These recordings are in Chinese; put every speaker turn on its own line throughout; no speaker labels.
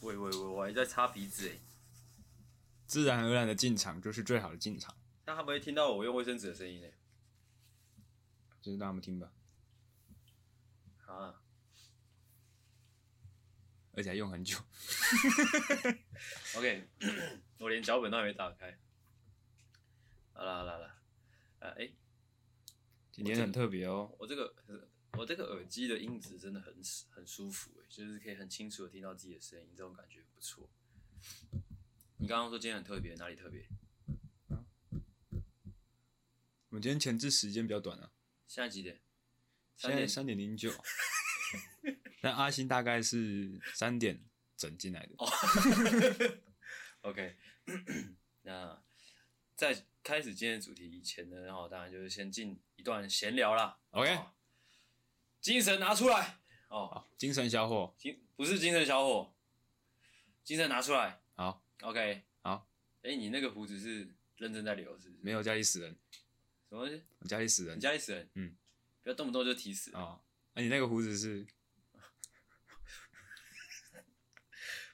喂喂喂，我还在擦鼻子哎，
自然而然的进场就是最好的进场，
那他们会听到我用卫生纸的声音哎。
就是让他们听吧，
啊，
而且还用很久。
OK，我连脚本都还没打开。好啦好啦好啦，啊哎、
今天很特别哦，
我这个我这个耳机的音质真的很很舒服哎，就是可以很清楚的听到自己的声音，这种感觉很不错。你刚刚说今天很特别，哪里特别？
我们今天前置时间比较短啊，
现在几点？
现
三
在
点。
三 点零九，但阿星大概是三点整进来的。
哦 OK，那在开始今天的主题以前呢，然后当然就是先进一段闲聊啦。
OK
哦精神拿出来哦，
好，精神小伙，
精不是精神小伙，精神拿出来。
好，
OK，
好。
哎、你那个胡子是认真在留是不是？
没有家里死人，
什么东西？
我家里死
你
人
家里死人？
嗯，
不要动不动就提死。
哦。哎、你那个胡子是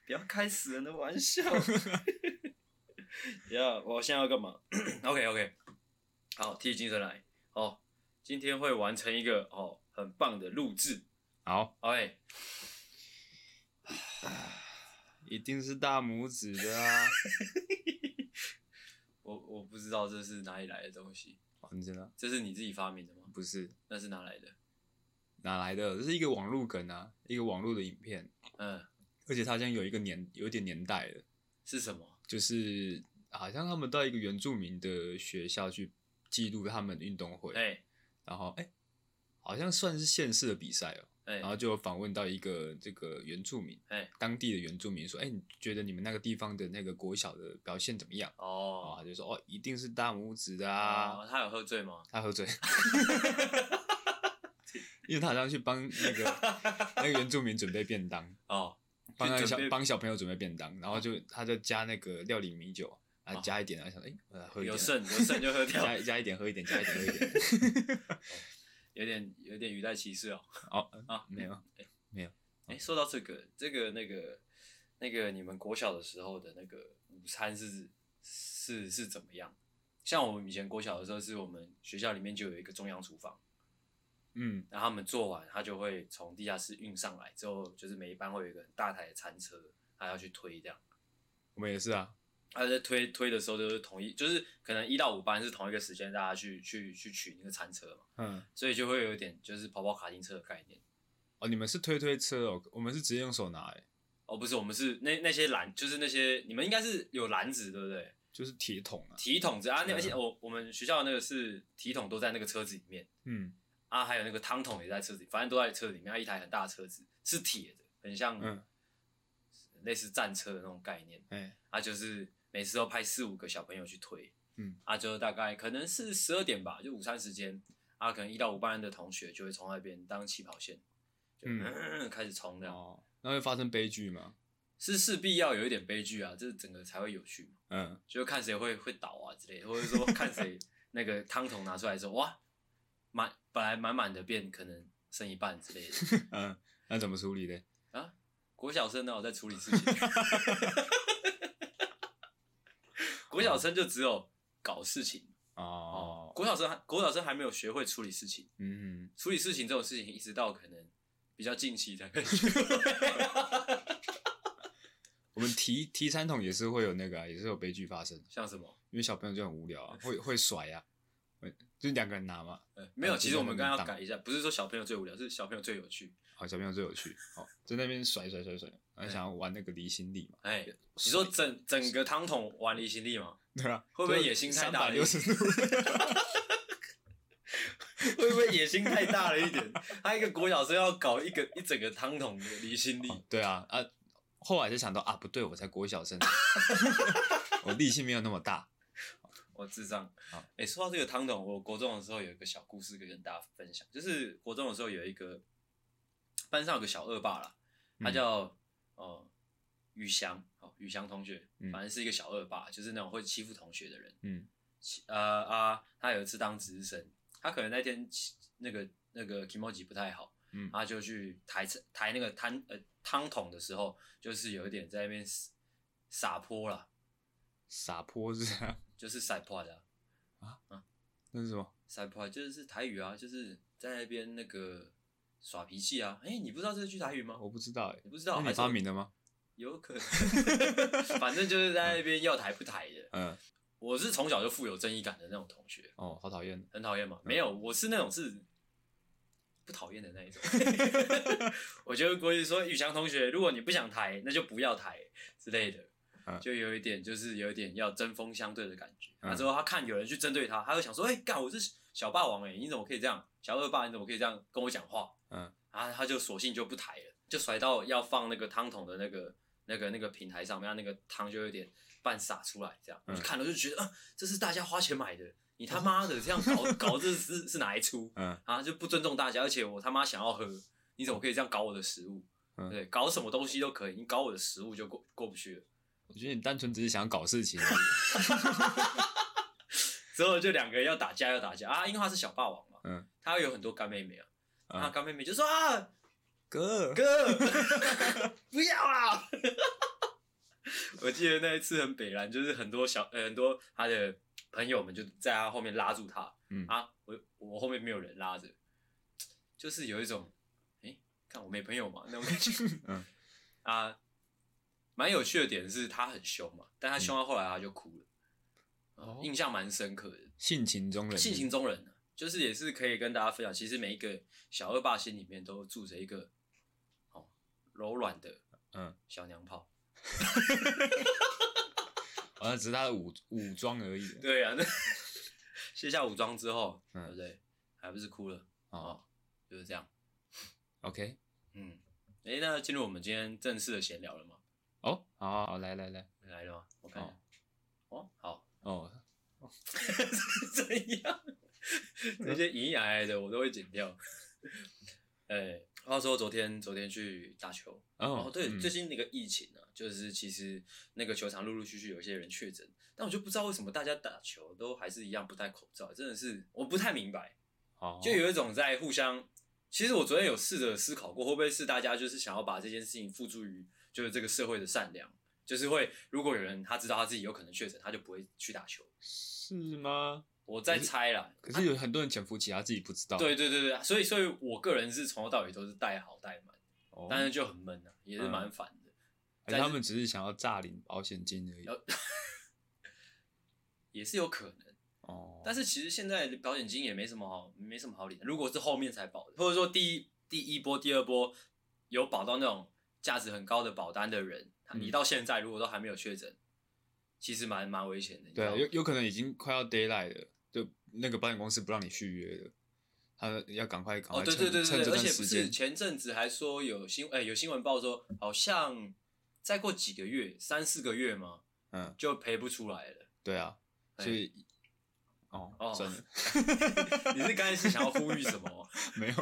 不要开死人的玩笑。呀，我现在要干嘛？OK OK，好，提起精神来哦。今天会完成一个哦很棒的录制。
好，
OK，
一定是大拇指 的啊！
我我不知道这是哪里来的东西，
哦，你真的
这是你自己发明的吗？
不是
那是哪来的？
哪来的？这是一个网络梗啊，一个网络的影片，
嗯，
而且它好像有一个年，有一点年代了，
是什么？
就是好像他们到一个原住民的学校去记录他们的运动会，
哎
然后哎、好像算是县市的比赛哦，
哎
然后就访问到一个这个原住民，
哎，
当地的原住民说，哎、你觉得你们那个地方的那个国小的表现怎么样？然后
哦
他就说，哦，一定是大拇指的啊，
啊，他有喝醉吗？
他喝醉， 因为他好像去帮那个那个原住民准备便当，
哦，
帮那个
去
小
准备
帮小朋友准备便当，然后就他就加那个料理米酒，啊
哦
加一点，然后想哎、我来喝一
有
点，
剩有剩就喝 掉，
加加一点喝一点，加一点喝一点，
有点有点语带歧视哦。
哦
啊
没有，
哎、说到这个，这个那个那个，你们国小的时候的那个午餐是是是怎么样？像我们以前国小的时候，是我们学校里面就有一个中央厨房，
嗯
然后他们做完，他就会从地下室运上来，之后就是每一班会有一个很大台的餐车，他要去推这样。
我们也是啊，
他在推推的时候，就是同一，就是可能一到五班是同一个时间，大家去去去取那个餐车嘛，
嗯
所以就会有一点就是跑跑卡丁车的概念。
哦你们是推推车哦，我们是直接用手拿、哎，
哦，不是，我们是那那些篮，就是那些你们应该是有篮子，对不对？
就是铁桶啊，
体桶子啊，那
嗯
而且我我们学校的那个是体桶都在那个车子里面
嗯
啊，还有那个汤桶也在车子里，反正都在车子里面，啊一台很大的车子是铁的，很像
嗯
类似战车的那种概念，
哎、
啊，就是每次都派四五个小朋友去推，
嗯，
啊，就大概可能是十二点吧，就午餐时间啊，可能一到五班的同学就会从那边当起跑线，就、嗯、开始冲这样，
哦那会发生悲剧吗？
是势必要有一点悲剧啊，这整个才会有趣嘛。
嗯
就看谁会会倒啊之类的，或者说看谁那个汤桶拿出来之后，哇，满本来满满的变可能剩一半之类的。 啊
嗯，那怎么处理的？
国小生呢，我在处理事情。 国小生就只有搞事情
哦，
国小生还国小生还没有学会处理事情，
嗯嗯，
处理事情这种事情，一直到可能比较近期才开始。
我们提提餐桶也是会有那个、啊，也是有悲剧发生。
像什么？
因为小朋友就很无聊啊，会会甩啊，会就是两个人拿嘛。
呃，没有，
嗯
其实我们刚刚要
就是那
改一下，不是说小朋友最无聊，是小朋友最有趣。
好，小朋友最有趣，好在那边甩甩甩甩，然后想要玩那个离心力嘛，
哎，嗯你说整整个汤桶玩离心力吗？
对啊吧？
会不会野心太大了
六十度，
会不会野心太大了一点？ 他一个国小生要搞一个一整个汤桶的离心力，
对啊啊！后来就想到啊，不对，我才国小生，我力气没有那么大。
我哦智障
好。
哎、说到这个汤桶，我国中的时候有一个小故事可以跟大家分享，就是国中的时候有一个班上有个小恶霸啦，他
嗯
叫、呃宇翔，哦宇翔同学
嗯，
反正是一个小恶霸，就是那种会欺负同学的人。
嗯
欺呃啊，他有一次当值日生，他可能那天欺那个那个 k i m o j i 不太好，
嗯
他就去抬抬那个汤呃汤桶的时候，就是有一点在那边撒撒泼啦，
撒泼是这样，
就是撒泼的啊、
那是什么？
撒泼就是台语啊，就是在那边那个耍脾气啊。哎、你不知道这是句台语吗？
我不知道哎、
你不知道，
那
还是
你发明的吗？
有可能， 反正就是在那边要抬不抬的。
嗯，
我是从小就富有正义感的那种同学，
哦，好讨厌。
很讨厌吗？没有，我是那种是不讨厌的那一 种。 我就会过去说，宇翔同学，如果你不想抬，那就不要抬之类的
嗯，
就有一点就是有一点要针锋相对的感觉。
嗯
那之后他看有人去针对他，他会想说，哎、干我是小霸王哎、你怎么可以这样？小恶霸你怎么可以这样跟我讲话？
嗯，
然后他就索性就不抬了，就甩到要放那个汤桶的那个那个那个平台上面，那个汤就有点半洒出来，这样、我
嗯
就看了就觉得，啊，这是大家花钱买的，你他妈的这样搞 搞这是是哪一出
嗯
啊？就不尊重大家，而且我他妈想要喝，你怎么可以这样搞我的食物？
嗯
对，搞什么东西都可以，你搞我的食物就过过不去了。
我觉得你单纯只是想搞事情而已。
之后就两个人要打架，要打架啊，因为他是小霸王嘛，
嗯，
他有很多干妹妹啊，
嗯
他干妹妹就说啊，
哥，
哥，不要啊！我记得那一次很北然，就是很多小、呃、很多他的朋友们就在他后面拉住他，
嗯
啊，我我后面没有人拉着，就是有一种，哎、看我没朋友嘛那种感觉，
嗯
啊，蛮有趣的点是他很凶嘛，但他凶到后来他就哭了，啊
哦
印象蛮深刻的。
性情中人，
性情中人，啊就是也是可以跟大家分享，其实每一个小恶霸心里面都住着一个哦柔软的
嗯
小娘炮。
好哦像只是他的武武装而已。
对呀、啊，那卸下武装之后，
嗯
对不对？还不是哭了
哦
哦，就是这样。
，OK，
嗯，哎，那进入我们今天正式的闲聊了吗？
哦，好好好，来来来，
来了吗？我看一下。哦，好，
哦，
怎样？那 些隐隐矮矮的我都会剪掉。 哎，话说昨天昨天去打球，
哦
哦，对，
嗯
最近那个疫情啊，就是其实那个球场陆陆续续有一些人确诊，但我就不知道为什么大家打球都还是一样不戴口罩，真的是我不太明白，
好，
就有一种在互相。其实我昨天有试着思考过，会不会是大家就是想要把这件事情付诸于就是这个社会的善良，就是会如果有人他知道他自己有可能确诊，他就不会去打球。
是吗？
我在
可是
猜啦，
可是有很多人潜伏期，他自己不知道。
对，对对对，所以所以我个人是从头到尾都是戴好戴满，
哦，嗯
但是就很闷啊，也是蛮烦的。
还是他们只是想要诈领保险金而已。
呃也是有可能。
哦，
但
是
是其实现在保险金也没什么好，没什么好理的。如果是后面才保的，或者说第一第一波、第二波有保到那种价值很高的保单的人，他
嗯
你到现在如果都还没有确诊，其实蛮蛮危险的。
对啊，
你知道
有
吗
有可能已经快要 d a y l i g h t 了，就那个保险公司不让你续约了，他要赶快赶
哦，
快
对
趁
对对
趁
对
这
对，而
段
且不
时
是
间。
前阵子还说有新哎、有新闻报说，好像再过几个月，三四个月嘛，
嗯，
就赔不出来了。
对啊，
哎
所以哦
哦，
算了，
你是刚才是想要呼吁什么？
没有，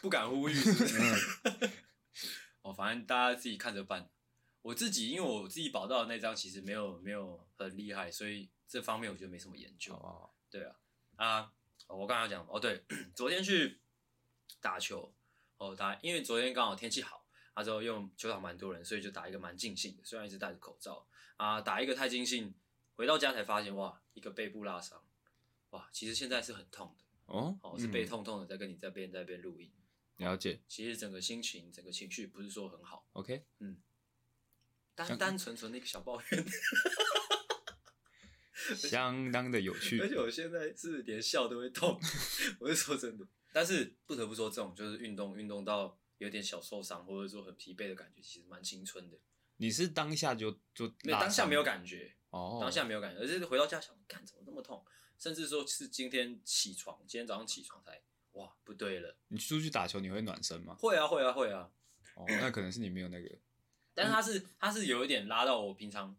不敢呼吁是不是，
嗯
哦，反正大家自己看着办。我自己因为我自己保到的那张其实没有没有很厉害，所以这方面我觉得没什么研究。
哦，
对啊，啊，哦我刚刚讲哦，对，昨天去打球，哦打，因为昨天刚好天气好，啊之后用球场蛮多人，所以就打一个蛮尽兴的，虽然一直戴着口罩啊，打一个太尽兴，回到家才发现哇，一个背部拉伤，哇，其实现在是很痛的，
哦，
哦是背
嗯，
痛痛的在跟你这边在边录音，
了解
其实整个心情整个情绪不是说很好。
，OK，
单单纯纯的一个小抱怨，
相当的有趣
而，且我现在是连笑都会 痛，我是说真的。但是不得不说，这种就是运动运动到有点小受伤，或者说很疲惫的感觉，其实蛮青春的。
你是当下就就
没有
拉
当下
伤
没有
了
感觉，
哦，
当下没有感觉，而是回到家想，干怎么那么痛？甚至说是今天起床，今天早上起床才哇不对了，
你出去打球你会暖身吗？
会啊会啊会啊。
哦， 那可能是你没有那个
但
嗯
是它是它是有一点拉到我平常，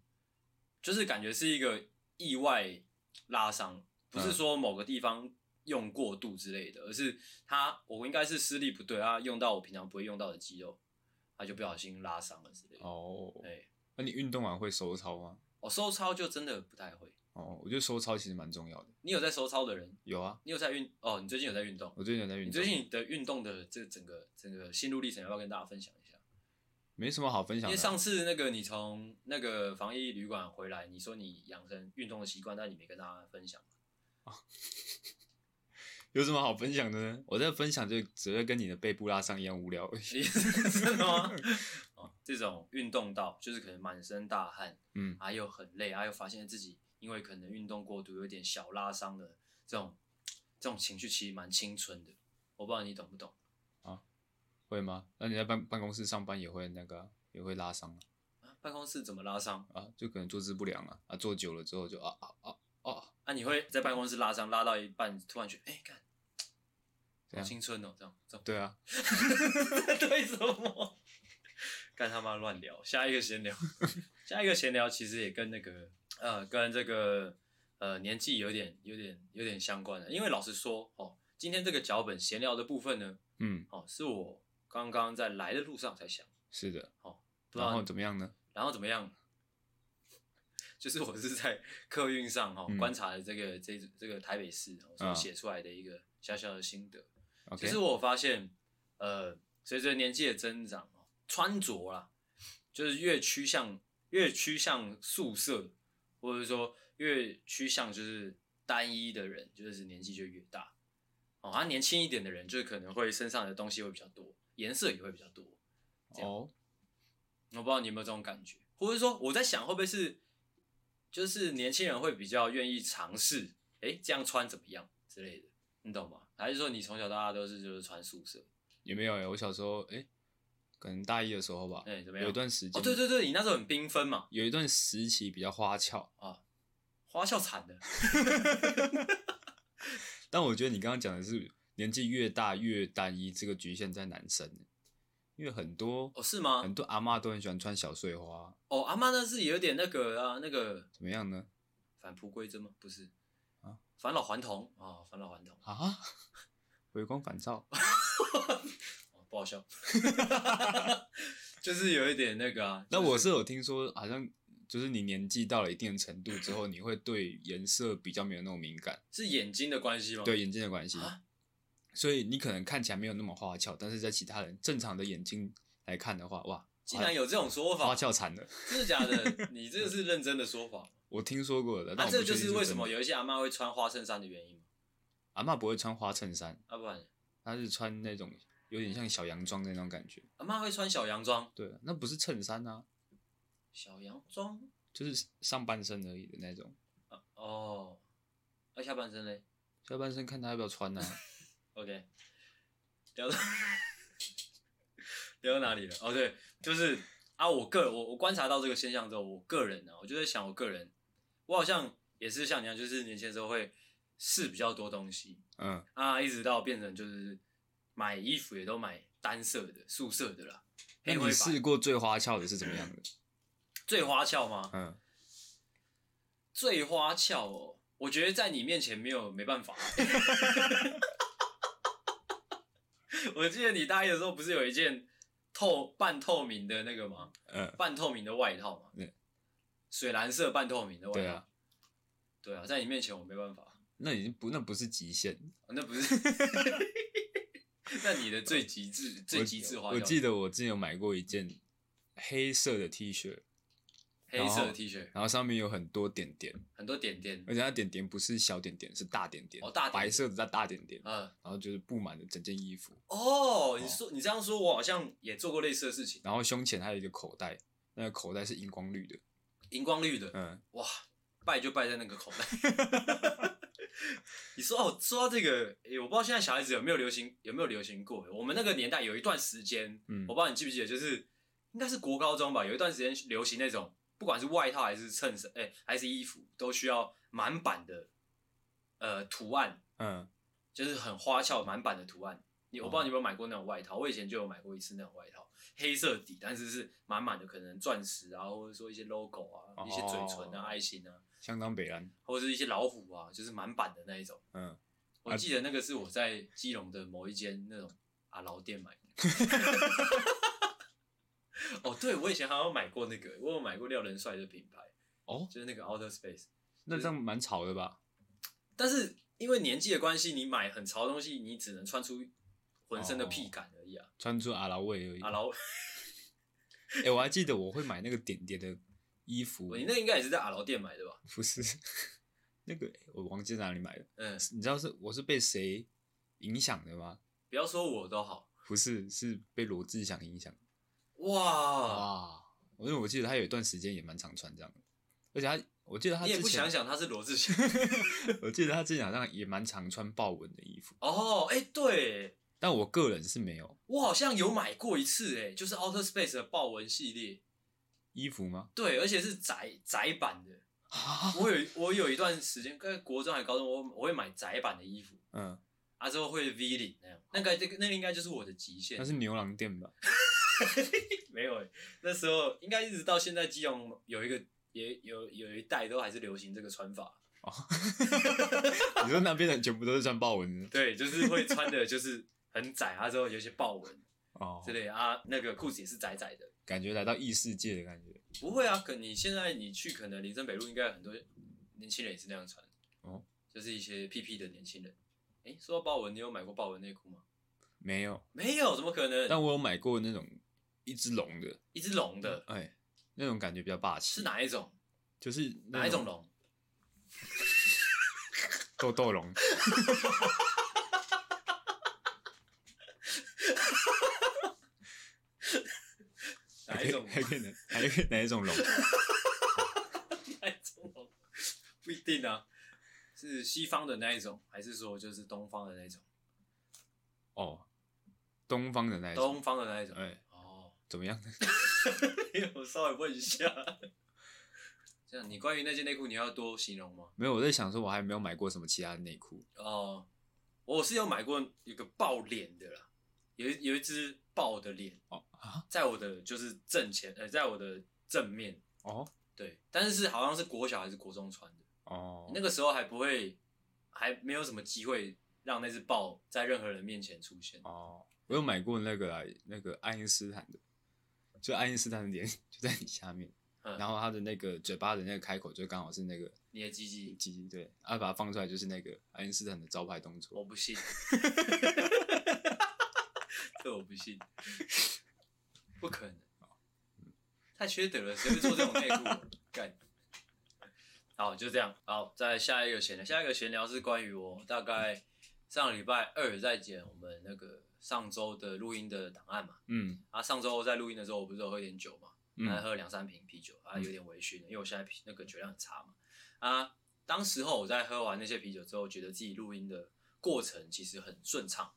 就是感觉是一个意外拉伤，不
嗯
是说某个地方用过度之类的，而是它我应该是施力不对，它用到我平常不会用到的肌肉，它就不小心拉伤了之类的。
哦。
对，
那你运动完会收操吗？
哦，收操就真的不太会。
哦，我觉得收操其实蛮重要的。
你有在收操的人，
有啊，
你有在运哦？你最近有在运动？
我最近有在运
你
动，
最近的运动的这整个整个心路历程，要不要跟大家分享一下？
没什么好分
因
享
为
的啊。
上次那个你从那个防疫旅馆回来，你说你养成运动的习惯，但你没跟大家分 享。
有什么好分享的呢？我在分享就只会跟你的背部拉伤一样无聊而 已。
真的 吗？哦，这种运动到就是可能满身大汗，
嗯，
还有很累，还有发现自己因为可能运动过度有点小拉伤的这种这种情绪，其实蛮青春的。我不知道你懂不懂？
会吗？那你在办办公室上班也会那个啊、也会拉伤啊
啊办公室怎么拉伤？
啊，就可能坐姿不良啊啊，坐久了之后就啊啊啊啊，
啊，你会在办公室拉伤，拉到一半突然觉得，哎、看，好
怎样
青春哦，这样这样，
对啊，
对什么？干他妈乱聊，下一个闲聊， 下一个闲聊其实也跟那个呃，跟这个呃年纪有点有点有点相关的，因为老实说哦，今天这个脚本闲聊的部分呢，
嗯，
哦，是我刚刚在来的路上才想，
是的。
不知
然
道
后
你
怎么样呢？
然后怎么样？ 就是我是在客运上哈、哦
嗯
观察了这个这这个台北市，我所
嗯
写出来的一个小小的心得。其
OK，
实我发现，呃，随着年纪的增长哦，穿着啦，就是越趋向越趋向素色，或者说越趋向就是单一的人，就是年纪就越大。哦，他、年轻一点的人，就是可能会身上的东西会比较多，颜色也会比较多。
哦，
我不知道你有没有这种感觉，或者说我在想会不会是，就是年轻人会比较愿意尝试，诶、这样穿怎么样之类的，你懂吗？还是说你从小到大都是就是穿素色？
也没有哎、我小时候哎、可能大一的时候吧，
哎、怎么样？
有一段时间，
哦，对对对，你那时候很缤纷嘛，
有一段时期比较花俏，
花笑惨的，
但我觉得你刚刚讲的是年纪越大越单一，这个局限在男生，欸因为很多、
哦是吗
很？多阿嬷都很喜欢穿小碎花，
哦，阿妈那是有点那个啊，那个
怎么样呢？
返璞归真吗？不是
啊，
返老还童啊、返老还童，
啊， 回光返照，
哦不好笑， 就是有一点那个啊。
那
就是
我是有听说，好像就是你年纪到了一定程度之后，你会对颜色比较没有那么敏感，
是眼睛的关系吗？
对眼睛的关系，
啊，
所以你可能看起来没有那么花俏，但是在其他人正常的眼睛来看的话，哇，
竟然有这种说
花
法，
俏惨了。
真的假的？你这个是认真的说法。
我听说过的，
那、
但我
啊这
不
个就
确定
是
是
为什么
真的
有一些阿妈会穿花衬衫的原因吗？
阿嬷不会穿花衬衫，
啊，不然
她是穿那种有点像小洋装的那种感觉。
阿妈会穿小洋装，
对，那不是衬衫啊，
小洋装
就是上半身而已的那种，
啊哦，那、下半身嘞？
下半身看她要不要穿啊。
OK，聊到聊到哪里了？哦，对，就是啊，我个我我观察到这个现象之后，我个人呢、啊，我就在想，我个人，我好像也是像你一样，就是年轻的时候会试比较多东西
嗯，
啊，一直到变成就是买衣服也都买单色的、素色的啦，
那
黑灰白
你试过最花俏的是怎么 样的？
最花俏吗？
嗯，
最花俏哦，我觉得在你面前没有没办法。 我记得你大一的时候不是有一件透半透明的那个吗？
嗯，
半透明的外套吗？
对，
水蓝色半透明的外套。
对啊，
对啊，在你面前我没办法，
那已经不那不是极限，
那不是。 那你的最极致、最
我
极致花俏，
我记得我之前有买过一件黑色的 T 恤，
黑色
然
的
后哎
T 恤，
然后上面有很多点点，
很多点点，
而且它点点不是小点点，是大点点，
哦大点点
白色的大大点点，
嗯，
然后就是布满了整件衣服，
哦，你说你这样说，我好像也做过类似的事情，
然后胸前还有一个口袋，那个口袋是荧光绿的，
荧光绿的，
嗯，
哇，败就败在那个口袋。 你说哦，说到这个，诶、我不知道现在小孩子有没有流行，有没有流行过？欸我们那个年代有一段时间，
嗯
我不知道你记不记得，就是应该是国高中吧，有一段时间流行那种，不管是外套还是衬衫，诶、还是衣服，都需要满版的呃图案，
嗯，
就是很花俏满版的图案。你我不知道你有没有买过那种外套，我以前就有买过一次那种外套，黑色底，但是是满满的可能钻石啊，或者说一些 logo 啊，一些嘴唇啊、
哦
爱心啊，
相当北蓝，
或者是一些老虎啊，就是满版的那一种。
嗯，
我记得那个是我在基隆的某一间那种阿劳店买的。哦，对，我以前好像买过那个，我有买过廖仁帅的品牌，
哦，
就是那个 outer space。
那这样蛮吵的吧？
但是因为年纪的关系，你买很潮的东西，你只能穿出浑
哦
身的屁感而已啊。
穿出阿拉味而已。
啊，然后，
哎、我还记得我会买那个点点的衣服
你那应该也是在阿劳店买的吧？
不是 那个、我忘记哪里买的。
嗯，
你知道是我是被谁影响的吗？
不要说我都好。
不是，是被罗志祥影响。
哇，
哇！因为我记得他有一段时间也蛮常穿这样的，而且他，我记得他
你也
之
不
前
想，想他是罗志祥
我记得他之前好像也蛮常穿豹纹的衣服，
哦？哎、对
但我个人是没有
我好像有买过一次、哎，就是 Outer Space 的豹纹系列，
衣服吗？
对，而且是窄窄版的。
啊，
我有我有一段时间，跟国中还高中，我我会买窄版的衣服，
嗯，
啊之后会 V 领那样，那个这个那个应该就是我的极限
那。是牛郎店吧？
没有、欸，那时候应该一直到现在，基隆有一个也有有一代都还是流行这个穿法，
你说那边的全部都是穿豹纹的
对，就是会穿的就是很窄，啊之后有一些豹纹
哦
之，类的啊，那个裤子也是窄窄的。
感觉来到异世界的感觉。
不会啊，可你现在你去可能林森北路应该有很多年轻人也是那样穿，
哦，
就是一些屁屁的年轻人。哎、说到豹纹，你有买过豹纹内裤吗？
没有，
没有，怎么可能？
但我有买过那种一只龙的，
一只龙的
哎、那种感觉比较霸气。
是哪一种？
就是那
哪一种 龙？
豆豆龙？
哪一种
还可以哪还可以哪一种龙？
哪一种龙？不一定啊，是西方的那一种，还是说就是东方的那一种？
哦，东方的那一种。
东方的那一种。
哎，
哦，
怎么样呢？
我稍微问一下。这样，你关于那件内裤，你要多形容吗？
没有，我在想说，我还没有买过什么其他的内裤。
哦，我是有买过一个爆脸的啦，有一有一只爆的脸
哦啊
在我的就是正前，呃，在我的正面，
哦
对，但是好像是国小还是国中穿的，
哦，
那个时候还不会，还没有什么机会让那只豹在任何人面前出现。
哦，我有买过那个啦，那个爱因斯坦的，就爱因斯坦的脸 就在你下面，
嗯
然后他的那个嘴巴的那个开口就刚好是那个
你的鸡鸡，
鸡鸡，对，啊把它放出来就是那个爱因斯坦的招牌动
我
作。
不信，这我不信，不可能，哦太缺德了，谁会做这种内裤？啊干。好，就这样。好，再下一个闲聊，下一个闲聊是关于我大概上礼拜二在剪我们那个上周的录音的档案嘛。
嗯
啊，上周在录音的时候，我不是有喝点酒嘛，还
嗯
喝了两三瓶啤酒，啊，有点微醺的，因为我现在啤那个酒量很差嘛。啊，当时候我在喝完那些啤酒之后，觉得自己录音的过程其实很顺畅，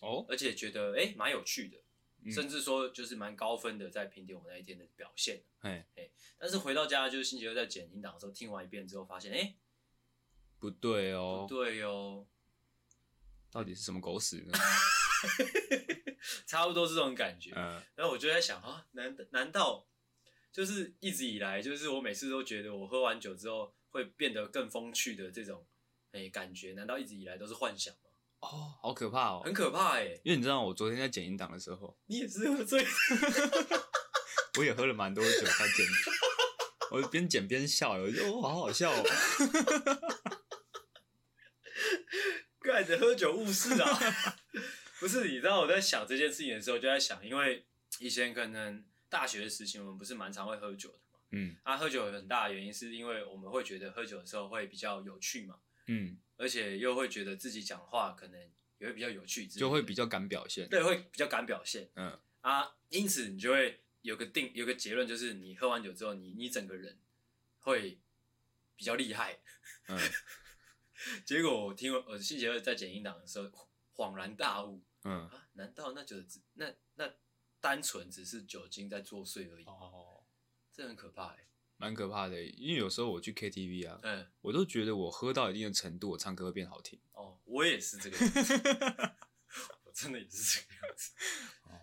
哦
而且觉得诶蛮、有趣的，
嗯
甚至说就是蛮高分的，在评点我那一天的表现。
哎
但是回到家就是星期六在剪音档的时候，听完一遍之后发现，诶，
不对哦
不，对哦，
到底是什么狗屎 呢？
差不多是这种感觉。
呃
然后我就在想啊，难难道就是一直以来，就是我每次都觉得我喝完酒之后会变得更风趣的这种哎、感觉，难道一直以来都是幻想吗？
哦，好可怕哦
很，可怕哎、
因为你知道我昨天在剪音档的时候，
你也是喝 醉，
我也喝了蛮多酒才剪的，我边剪边笑，我就哦好好笑 哦。
盖着喝酒误事啊！ 不是，你知道我在想这件事情的时候，就在想，因为以前可能大学时期我们不是蛮常会喝酒的嘛，
嗯
啊，喝酒有很大的原因是因为我们会觉得喝酒的时候会比较有趣嘛，
嗯，
而且又会觉得自己讲话可能也会比较有趣之类的，
就会比较敢表现。
对，会比较敢表现
嗯
啊，因此你就会有个定有个结论，就是你喝完酒之后，你你整个人会比较厉害。
嗯，
结果我听完我星期二在剪音档的时候，恍然大悟
嗯，
啊，难道那酒只那那单纯只是酒精在作祟而已？
哦，
这很可怕哎、
蛮可怕的。因为有时候我去 KTV 啊，
嗯，
我都觉得我喝到一定的程度，我唱歌会变好听。
哦，我也是这个样子，我真的也是这个样子。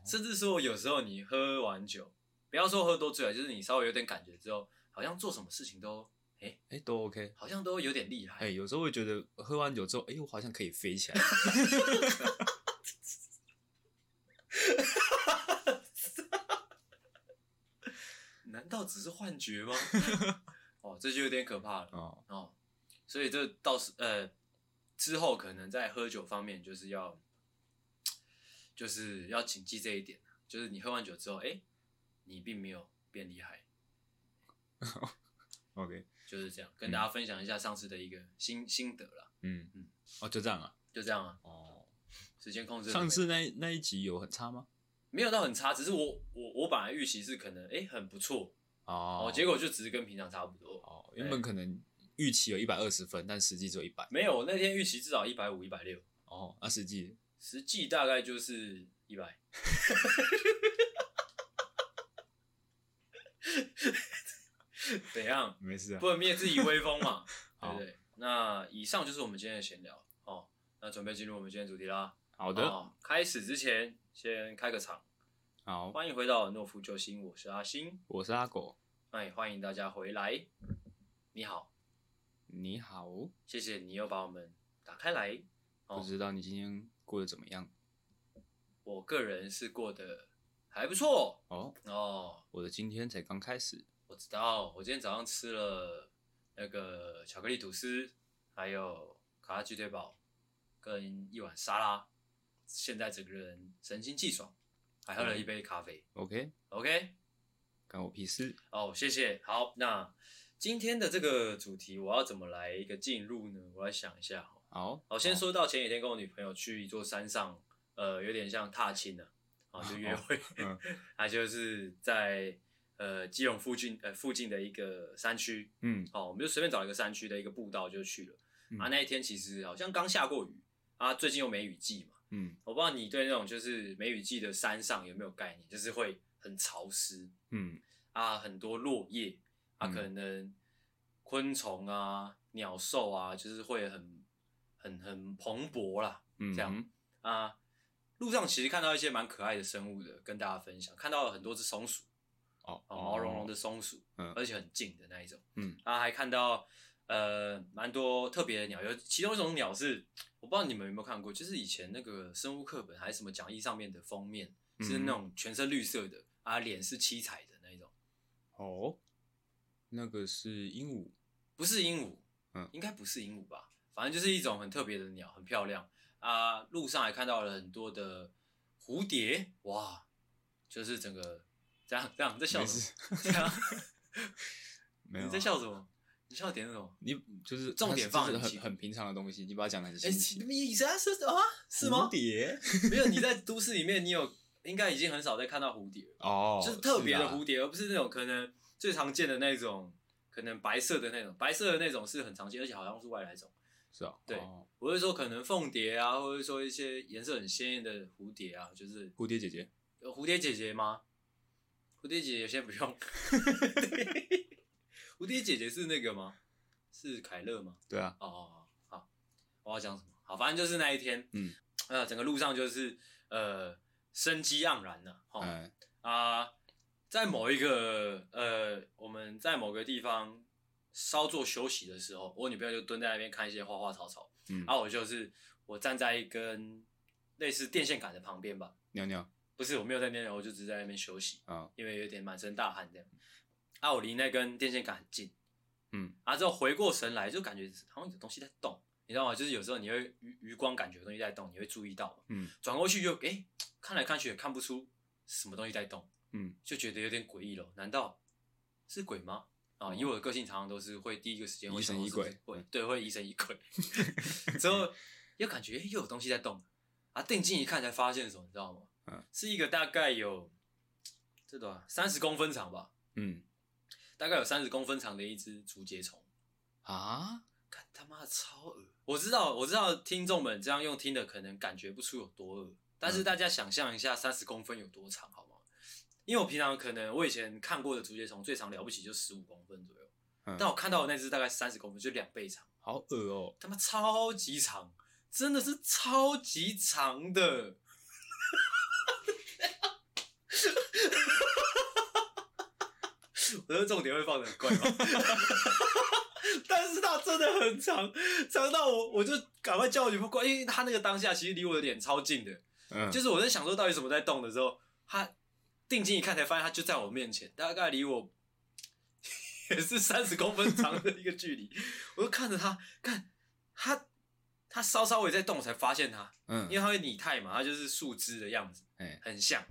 甚至说，有时候你喝完酒，不要说喝多醉了，啊就是你稍微有点感觉之后，好像做什么事情都哎、诶
哎、都 OK。
好像都有点厉
哎、
害。
有时候会觉得喝完酒之后，哎、我好像可以飞 起来。
难道只是幻觉吗？哦，这就有点可怕了
哦，
哦。所以这到时呃之后可能在喝酒方面就是要就是要谨记这一点，啊就是你喝完酒之后，哎、你并没有变厉害，
，OK，
就是这样，跟大家分享一下上次的一个心心得啦，
嗯
嗯
嗯，哦，就这样啊。
就这样啊，
哦，
时间控制得
上
没
次那一那一集有很差吗？
没有到很差，只是我我我本来预期是可能哎、诶很不错，
哦
哦，结果哎就只是跟平常差不多。
哦，原本可能预期有一百二十分，但实际只有一百。
没有，我那天预期至少一百五、一百六，
哦，那实际
实际大概就是一百。 怎样？
没事啊。
不能灭自己威风嘛，对
好
不对？那以上就是我们今天的闲聊哦。那准备进入我们今天的主题啦。
好
好
的，
哦，开始之前先开个场。
好，
欢迎回到懦夫救星，我是阿星。
我是阿狗，
那也欢迎大家回来。你好，
你好，
谢谢你又把我们打开来。哦
不知道你今天过得怎么样？
我个人是过得还不错
哦，
哦。
我的今天才刚开始。
我知道，我今天早上吃了那个巧克力吐司，还有卡拉鸡腿堡，跟一碗沙拉。现在整个人神清气爽，还喝了
嗯
一杯咖啡。
OK，
OK，
干我屁事。
哦，谢谢。好，那今天的这个主题我要怎么来一个进入呢？我来想一下哦。
好，
好，先说到前几天跟我女朋友去一座山上，呃，有点像踏青呢、啊，啊，就约会。
嗯，
它就是在呃基隆附近呃附近的一个山区，
嗯
哦，我们就随便找一个山区的一个步道就去了。
嗯
啊，那一天其实好像刚下过雨，啊，最近又梅雨季嘛，
嗯
我不知道你对那种就是梅雨季的山上有没有概念，就是会很潮湿
嗯
啊，很多落叶啊，
嗯
可能昆虫啊、鸟兽啊，就是会很很很蓬勃啦，
嗯，
这样啊，路上其实看到一些蛮可爱的生物的，跟大家分享。看到了很多只松鼠，
哦，
哦，毛茸茸的松鼠，
嗯
而且很近的那一种，
嗯，
啊，还看到呃蛮多特别的鸟，有其中一种鸟是我不知道你们有没有看过，就是以前那个生物课本还是什么讲义上面的封面，是
嗯
那种全身绿色的，啊，脸是七彩的那一种，
哦，那个是鹦鹉，
不是鹦鹉，
嗯
应该不是鹦鹉吧，反正就是一种很特别的鸟，很漂亮啊。路上还看到了很多的蝴蝶，哇，就是整个这样这样你在笑
没
什
事，
么？这样
没有啊。
你在笑什么？你笑点是什么？
你就是
重点放
它是
很
就是
近
很很平常的东西，你把它讲得很
哎、
新奇。
你啥是啊？是吗
蝴？蝶
没有，你在都市里面，你有应该已经很少再看到蝴蝶了，
哦，
就是特别的
啊
蝴蝶，而不是那种可能最常见的那种，可能白色的那种，白色的那种是很常见，而且好像是外来种。
是啊，
对
哦
我是说可能凤蝶啊，或者说一些颜色很鲜艳的蝴蝶啊，就是
蝴蝶姐姐，
呃蝴蝶姐姐吗？蝴蝶姐姐先不用， 蝴蝶姐姐是那个吗？是凯乐吗？
对啊，
哦哦哦，好，我要讲什么？好，反正就是那一天，
嗯，
呃，整个路上就是呃生机盎然呢、啊，哦
哎，
啊、在某一个呃，我们在某个地方稍作休息的时候，我女朋友就蹲在那边看一些花花草草。
嗯，
然后我就是我站在一根类似电线杆的旁边吧，
尿尿
不是我没有在那边，我就只是在那边休息，
啊，
因为有点满身大汗这样。啊，我离那根电线杆很近，
嗯，
啊之后回过神来就感觉好像有东西在动，你知道吗？就是有时候你会余余光感觉有东西在动，你会注意到嘛，
嗯
转过去就诶看来看去也看不出什么东西在动，
嗯，
就觉得有点诡异了。难道是鬼吗？啊，
哦
以我的个性，常常都是会第一个时间会
疑神
想
疑
说是不
鬼
是鬼
嗯，
对，会疑神疑鬼。 之后又感觉诶又有东西在动，啊，定睛一看才发现什么，你知道吗？
嗯，
是一个大概有这多少啊三十公分长吧，
嗯
大概有三十公分长的一只竹节虫，
啊，
看他妈的超恶！我知道，我知道，听众们这样用听的可能感觉不出有多恶，但是
嗯
大家想象一下三十公分有多长，好吗？因为我平常可能我以前看过的竹节虫最长了不起就十五公分左右，
嗯
但我看到的那只大概三十公分，就两倍长，
好恶哦，
他妈超级长，真的是超级长的。我的重点会放的很怪吗？但是它真的很长，长到我我就赶快叫我女朋友过来，因为它那个当下其实离我的脸超近的，
嗯，
就是我在想说到底什么在动的时候，它定睛一看才发现它就在我面前，大概离我 也是三十公分长的一个距 离，我就看着他，看他他稍稍微在动，我才发现他，因为
嗯，
他会拟态嘛，他就是树枝的样子，
哎，
很像。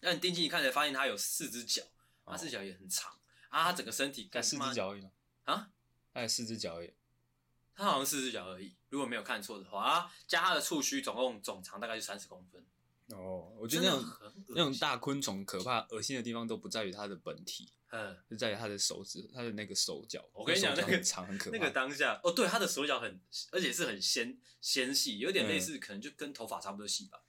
那你定睛一看，才发现它有四只脚，它
哦
四只脚也很长啊，它整个身体
它
干
四
妈
只脚而已吗？
啊，
它有四只脚而已。
它好像四只脚而已，如果没有看错的话啊，加它的触须，总共总长大概就三十公分。
哦，我
我
觉得那种
很
那种
恶心，
大昆虫可怕、恶心的地方都不在于它的本体，
嗯，
就在于它的手指、它的那个手脚。
我跟你讲
手脚
那个
很长很可怕。
那个当下哦，对，它的手脚很，而且是很纤纤细，有点类似，可能就跟头发差不多细吧。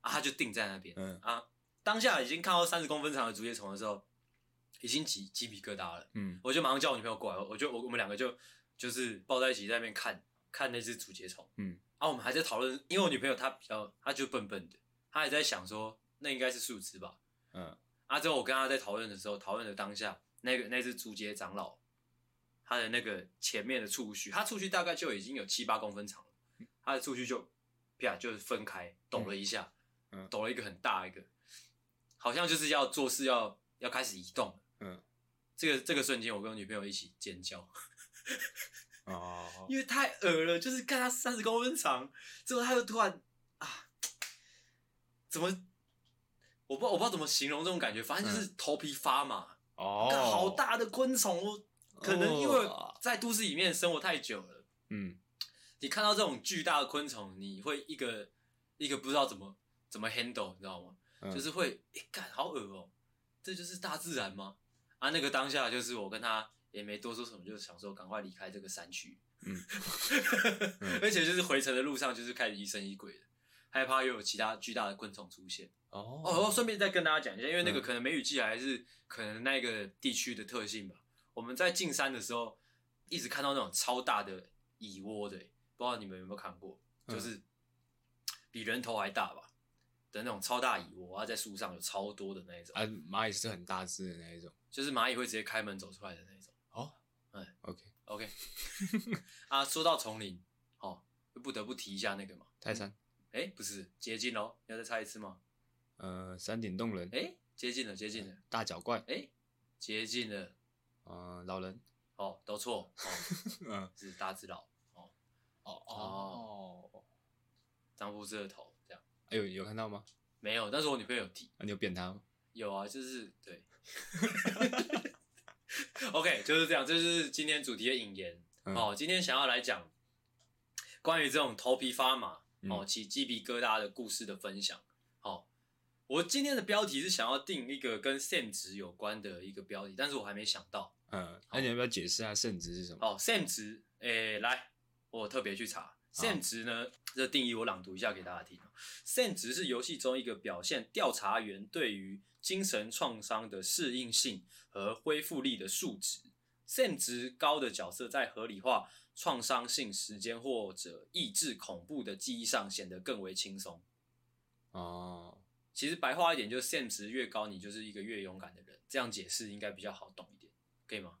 啊，它就定在那边
嗯
啊，当下已经看到三十公分长的竹叶虫的时候，已经鸡鸡皮疙瘩了。
嗯，
我就马上叫我女朋友过来，我就我我们两个就就是抱在一起在那边看看那只竹节虫，
嗯，
啊，我们还在讨论，因为我女朋友她比较，她就笨笨的，她还在想说那应该是树枝吧，
嗯，
啊，之后我跟她在讨论的时候，讨论的当下，那个那只竹节长老，它的那个前面的触须，它触须大概就已经有七八公分长了，它的触须就啪就是分开，抖了一下，
嗯嗯
抖了一个很大一个，好像就是要做事要要开始移动了，
嗯，
这个这个瞬间，我跟我女朋友一起尖叫，
哦，
因为太恶了，就是看它三十公分长，之后它又突然啊，怎么我不知道我不知道怎么形容这种感觉，反正
嗯
就是头皮发麻，
哦
干好，大的昆虫，我可能因为在都市里面生活太久了，
嗯，
你看到这种巨大的昆虫，你会一个一个不知道怎么怎么 handle，你知道吗？
嗯
就是会，哎、干好恶哦、这就是大自然吗？啊，那个当下就是我跟他也没多说什么，就是想说赶快离开这个山区。
嗯
嗯，而且就是回程的路上就是开始疑神疑鬼的，害怕又有其他巨大的昆虫出现。
哦
哦，顺便再跟大家讲一下，因为那个
嗯
可能梅雨季还是可能那个地区的特性吧。我们在进山的时候，一直看到那种超大的蚁窝的、不知道你们有没有看过，
嗯
就是比人头还大吧的那种超大蚁窝，啊，在树上有超多的那一种，
啊，蚂蚁是很大只的那一种。
就是蚂蚁会直接开门走出来的那一种。
哦，
哎
，OK，
OK，啊，说到丛林，哦，就不得不提一下那个嘛，
泰山，
哎、不是接近喽，你要再猜一次吗？
呃，山顶洞人，
哎、接近了，接近了，
大脚怪，
哎、接近了，
呃，老 人，
哦，都错，哦。
嗯，
是大只佬，哦，
哦
哦，张夫士的头这样。
哎呦，有看到吗？
没有，但是我女朋友有提，
啊，你有扁他吗？
有啊，就是对。OK，就是 这样，这就是今天主题的引言、
嗯
哦。今天想要来讲关于这种头皮发麻、哦、
嗯
起鸡皮疙瘩的故事的分享。哦，我今天的标题是想要定一个跟 Sam 值有关的一个标题，但是我还没想到。
嗯，那你要不要解释下圣旨是什么？
哦，Sam 值，诶、来，我特别去查 Sam
啊
值呢，这定义我朗读一下给大家听。Sam 值是游戏中一个表现调查员对于精神创伤的适应性和恢复力的数值。Sam 值高的角色在合理化创伤性时间或者抑制恐怖的记忆上显得更为轻松。
哦，
其实白话一点，就是 Sam 值越高，你就是一个越勇敢的人。这样解释应该比较好懂一点，可以吗？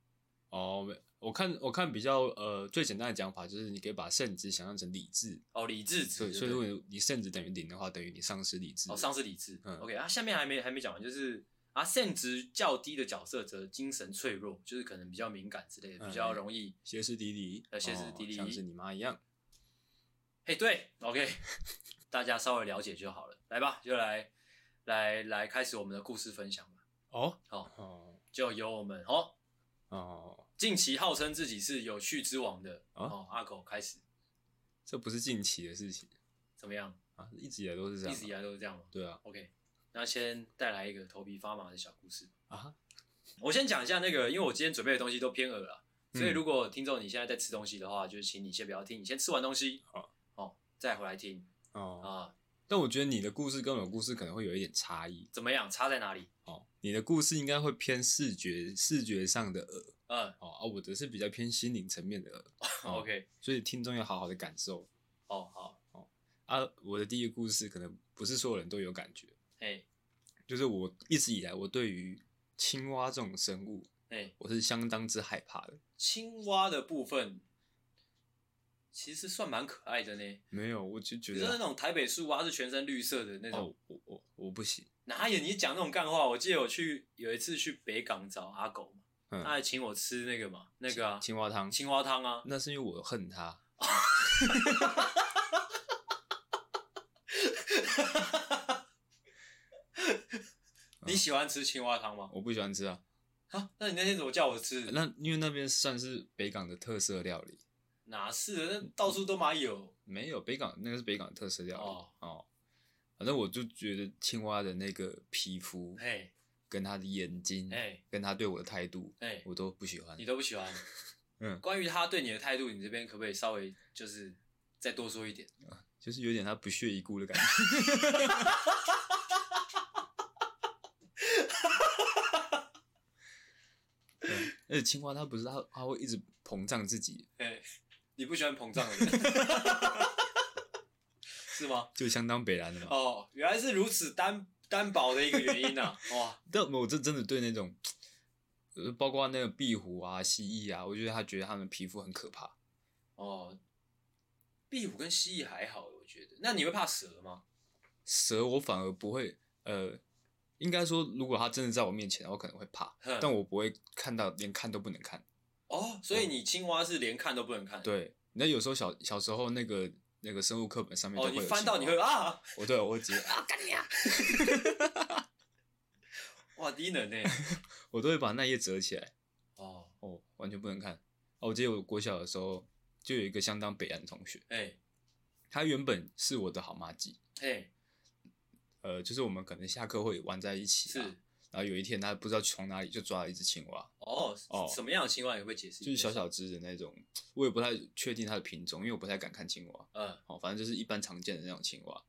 哦，没我看我看比较呃最简单的讲法就是你可以把圣旨想象成理智，
哦，理智值，
所以
对
所以
不
如
对
果你圣旨等于零的话，等于你丧失理智。
哦，丧失理智。
嗯
OK，啊，下面还没还没讲完，就是啊，肾值较低的角色则精神脆弱，就是可能比较敏感之类的，
嗯
比较容易。
歇斯底里，
呃歇斯
哦
底里
像是你妈一样。
嘿，对，OK，大家稍微了解就好了。来吧，就来来来开始我们的故事分享吧。
哦
好、
哦
就由我们哦，
哦，
近期号称自己是有趣之王的
啊
哦阿狗开始
这不是近期的事情
怎么样？
啊，一直以来都是这
一
样啊。
直以来都是这样吗
对啊
？OK，那先带来一个头皮发麻的小故事。
啊，
我先讲一下那个，因为我今天准备的东西都偏恶了，所以
嗯
如果听众你现在在吃东西的话，就是请你先不要听，你先吃完东西，
好，
哦，再回来听啊、
哦，但我觉得你的故事跟我的故事可能会有一点差异
怎么样？差在哪里？
哦。你的故事应该会偏视觉视觉上的恶
嗯、
哦，啊，我的是比较偏心灵层面的恶，哦
o k
所以听众要好好的感受
哦，好，
啊。我的第一个故事可能不是所有人都有感觉，
哎
就是我一直以来我对于青蛙这种生物，
哎，
我是相当之害怕的。
青蛙的部分其实算蛮可爱的呢，
没有，我就觉
比如说那
得
种台北树蛙是全身绿色的那种，
哦，我我我不行。
哪有你讲那种干话？我记得我去有一次去北港找阿狗嘛，
嗯
他还请我吃那个嘛，那个啊，
青蛙汤，
青蛙汤啊，
那是因为我恨他。嗯
你喜欢吃青蛙汤吗？
我不喜欢吃啊。
啊，那你那天怎么叫我吃？
那因为那边算是北港的特色料理，
哪是？那到处都哦嘛有。
没有北港那个是北港的特色料理
哦
哦反正我就觉得青蛙的那个皮肤，
嘿，
跟他的眼睛，
哎
跟他对我的态度，
哎，
我都不喜欢
你。都不喜欢。
嗯
关于他对你的态度，你这边可不可以稍微就是再多说一点？
就是有点他不屑一顾的感觉。 嗯而且青蛙它不是它，它会一直膨胀自己，
嘿，你不喜欢膨胀的人， 是吗？
就相当北蓝的嘛。
哦，原来是如此单单薄的一个原因 呐、哇，
但我这真的对那种，呃，包括那个壁虎啊、蜥蜴啊，我觉得他觉得他们皮肤很可怕。
哦，壁虎跟蜥蜴还好，我觉得。那你会怕蛇吗？
蛇我反而不会，呃，应该说，如果它真的在我面前，我可能会怕，
哼
但我不会看到，连看都不能看。
哦，所以你青蛙是连看都不能看。。
对，那有时候小小时候那个那个生物课本上面
哦，
都会
你
有
翻到
青
你
蛙
会，啊，
我对我会直接啊干你啊，
哇，低能呢。欸
我都会把那页折起来，
哦，
哦，完全不能看。哦，我记得我国小的时候就有一个相当北岸的同学，
哎
他原本是我的好妈鸡，
嘿，
呃，就是我们可能下课会玩在一起、
是
啊，然后有一天他不知道从哪里就抓了一只青蛙，
哦
哦
什么样的青蛙也会解释？
就是小，小只的那种，我也不太确定它的品种，因为我不太敢看青蛙。
嗯，
哦，反正就是一般常见的那种青蛙，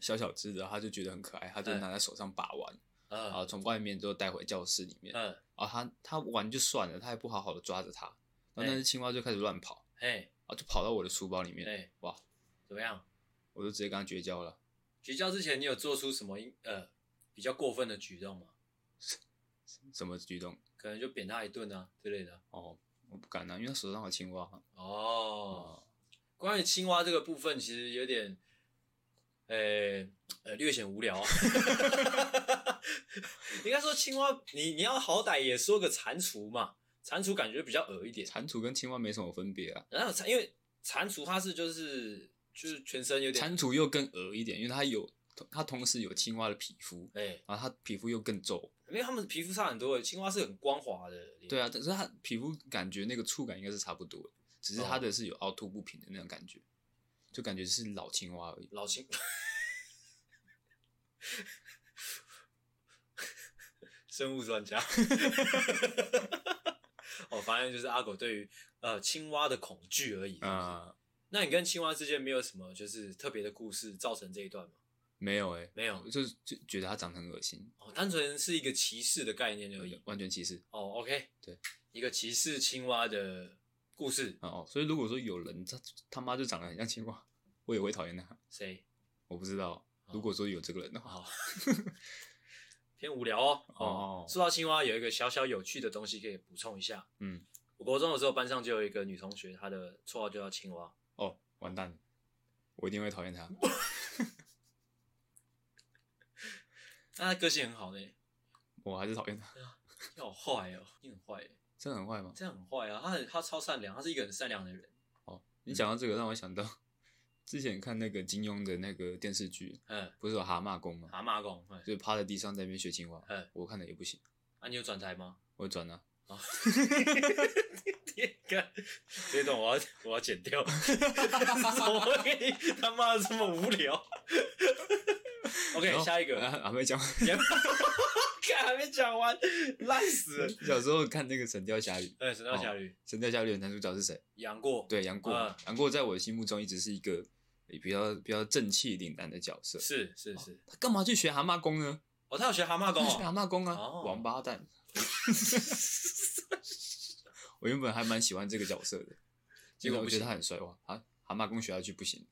小小只的，他就觉得很可爱，他就
嗯
拿在手上把玩，
嗯
然后从外面就带回教室里面。
嗯，
啊，他他玩就算了，他还不好好的抓着它，然后那
哎
只青蛙就开始乱跑，
嘿，
啊，就跑到我的书包里面，
哎，
哇，
怎么样？
我就直接跟他绝交了。
绝交之前，你有做出什么应呃比较过分的举动吗？
什么举动？
可能就扁他一顿啊之类的。
哦，我不敢啊，因为他手上有青蛙。啊
哦，
哦，
关于青蛙这个部分，其实有点，呃、呃，略显无聊、啊。 应该说青蛙，你你要好歹也说个蟾蜍嘛，蟾蜍感觉比较恶一点。
蟾蜍跟青蛙没什么分别啊，
然后蟾，因为蟾蜍它是就是就是全身有点，
蟾蜍又更恶一点，因为它有它同时有青蛙的皮肤，
哎、
然后它皮肤又更皱。
因为它们皮肤差很多，欸青蛙是很光滑的。
对啊，但是它皮肤感觉那个触感应该是差不多的，只是它
哦
的是有凹凸不平的那种感觉，就感觉是老青蛙而已。
老青，生物专家。 哦，反正就是阿狗对于呃青蛙的恐惧而已。啊、
啊，
那你跟青蛙之间没有什么就是特别的故事造成这一段吗？
没有哎、
没有，
就是就觉得它长得很恶心，
哦，单纯是一个歧视的概念而已。
完全歧视。
哦，OK，
对，
一个歧视青蛙的故事，
哦哦，所以如果说有人他他妈就长得很像青蛙，我也会讨厌他。
谁？
我不知道，如果说有这个人的话，
好，偏无聊哦。哦
哦，
说到青蛙，有一个小小有趣的东西可以补充一下。
嗯，
我国中的时候，班上就有一个女同学，她的绰号就叫青蛙。
哦，完蛋了，我一定会讨厌他。
那她个性很好呢，
我还是讨厌他，
你好坏哦，你很坏耶，
真的很坏吗？
这样很坏啊！她很她超善良，她是一个很善良的人。
哦，你讲到这个，让我想到之前看那个金庸的那个电视剧，
嗯，
不是有蛤蟆功吗？
蛤蟆功，嗯
就趴在地上在那边学青蛙。
嗯
我看的也不行，
啊，你有转台吗？
我转了、
啊，天干，这段我要我要剪 掉，怎么会他妈这么无聊
然
？OK，
后
下 一个。
啊，还没讲完。
看还没讲完，烂死了。
小时候看那个《神雕侠侣》，《
哎，神雕侠侣，
神雕侠侣》的男主角是谁？
杨过，，
对，杨过
嗯。
杨过在我心目中一直是一个比较比较正气凛然的角色。
是是是。
他干嘛去学蛤蟆功呢？
哦，他有学蛤蟆功
他去学
哦，
蛤蟆功啊，
哦
王 八蛋！我原本还蛮喜欢这个角色的，
结
结
果
果
不
我觉
行
得他很帅哇，蛤蛤蟆功学下去不行。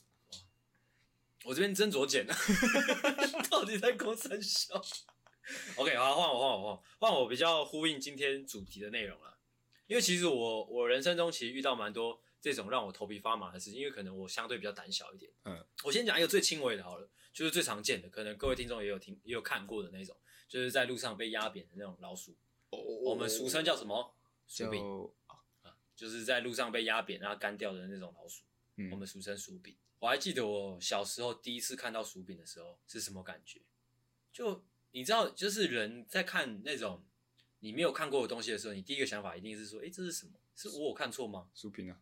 我这边斟酌剪， 到底在公三笑？OK，好，换我，换我，换我，换我比较呼应今天主题的内容了。因为其实我我人生中其实遇到蛮多这种让我头皮发麻的事情，因为可能我相对比较胆小一点。
嗯，
我先讲一个最轻微的好了，就是最常见的，可能各位听众也有听也有看过的那种，就是在路上被压扁的那种老鼠。我们俗称叫什么？薯饼，
就
就是在路上被压扁然后干掉的那种老鼠，
嗯
我们俗称薯饼。我还记得我小时候第一次看到薯饼的时候是什么感觉，就你知道，就是人在看那种你没有看过的东西的时候，你第一个想法一定是说，诶，这是什么？是我有看错吗？
薯饼啊，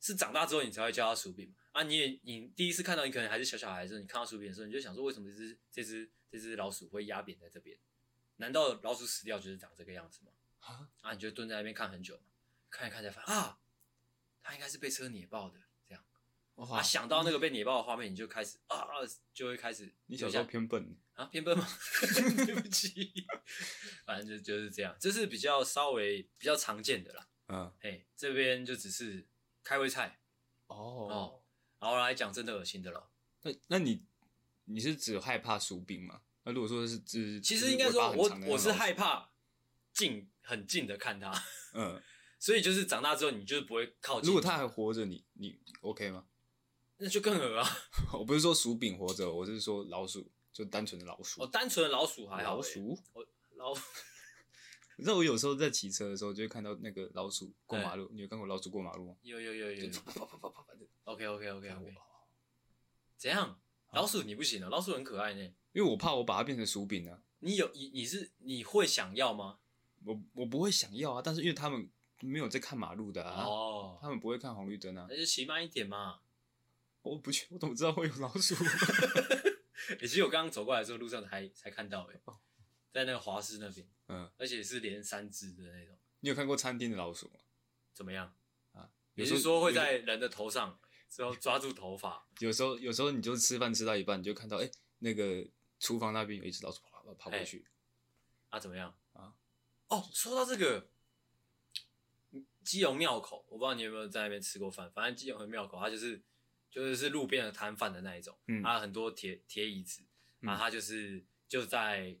是长大之后你才会叫它薯饼嘛啊！你也你第一次看到，你可能还是小小孩的时候，你看到薯饼的时候，你就想说，为什么这只这只这只老鼠会压扁在这边？难道老鼠死掉就是长这个样子吗？
啊，
啊，你就蹲在那边看很久嘛，看一看才发现啊，它应该是被车碾爆的。这样啊，
哇，
想到那个被碾爆的画面，你就开始啊，就会开始
你小时
就
候
想
偏笨，
啊偏笨吗？ 对不起，反正就就是这样，这是比较稍微比较常见的啦。
嗯，
嘿，这边就只是开胃菜。
哦
哦，然后来讲真的恶心的了。
那那你你是只有害怕薯饼吗？那如果说是只，
其
就
实
是
应该
尾巴
说
很
我
长的那
我是
种
害怕近很近的看它，
嗯，
所以就是长大之后你就是不会靠近。
如果它还活着，你你 OK 吗？
那就更恶啊！
我不是说薯饼活着，我是说老鼠，就单纯的老鼠。
我哦单纯的老鼠还好欸、
老鼠，
老
你知道我有时候在骑车的时候，就会看到那个老鼠
嗯
过马路。你有看过老鼠过马路吗？
有有有有
就
有。
啪啪啪啪啪啪的
OK OK OK
看我
OK，怎样？老鼠你不行啊，老鼠很可爱呢、
因为我怕我把它变成薯饼啊，
你有你你是你会想要吗？
我我不会想要啊。但是因为他们没有在看马路的啊，
哦，
他们不会看红绿灯啊。
那就骑慢一点嘛。
我不去，我怎么知道会有老鼠？
欸其实我刚刚走过来的时候，路上才才看到哎、在那个华师那边，
哦嗯，
而且是连三只的那种，
你有看过餐厅的老鼠吗？
怎么样？也
有时候
是说会在人的头上之后抓住头发，
有时候有时候你就吃饭吃到一半，你就看到哎、那个厨房那边有一只老鼠跑跑
哎
跑过去，
啊，怎么样
啊？
哦，说到这个，基隆庙口，我不知道你有没有在那边吃过饭，反正基隆的庙口，它就是就是是路边的摊贩的那一种，
嗯
它有很多铁铁椅子，
嗯
啊，它就是就在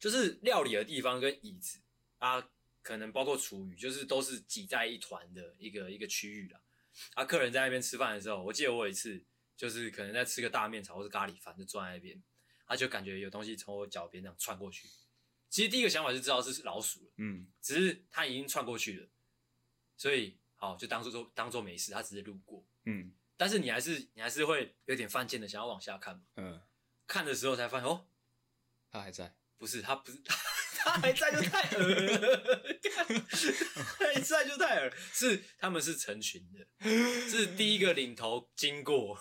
就是料理的地方跟椅子啊，可能包括厨余，就是都是挤在一团的一个一个区域啦。啊，客人在那边吃饭的时候，我记得我有一次就是可能在吃个大面条或是咖喱饭，就坐在那边，他就感觉有东西从我脚边这样窜过去。其实第一个想法就知道是老鼠了，
嗯，
只是它已经窜过去了，所以好就当做做当做没事，它只是路过。
嗯
但是你还是你还是会有点犯贱的，想要往下看嘛。
嗯，
看的时候才发现哦，
它还在。
不是它不是 它还在就太恶了， 干还在就太恶了。是他们是成群的，是第一个领头经过。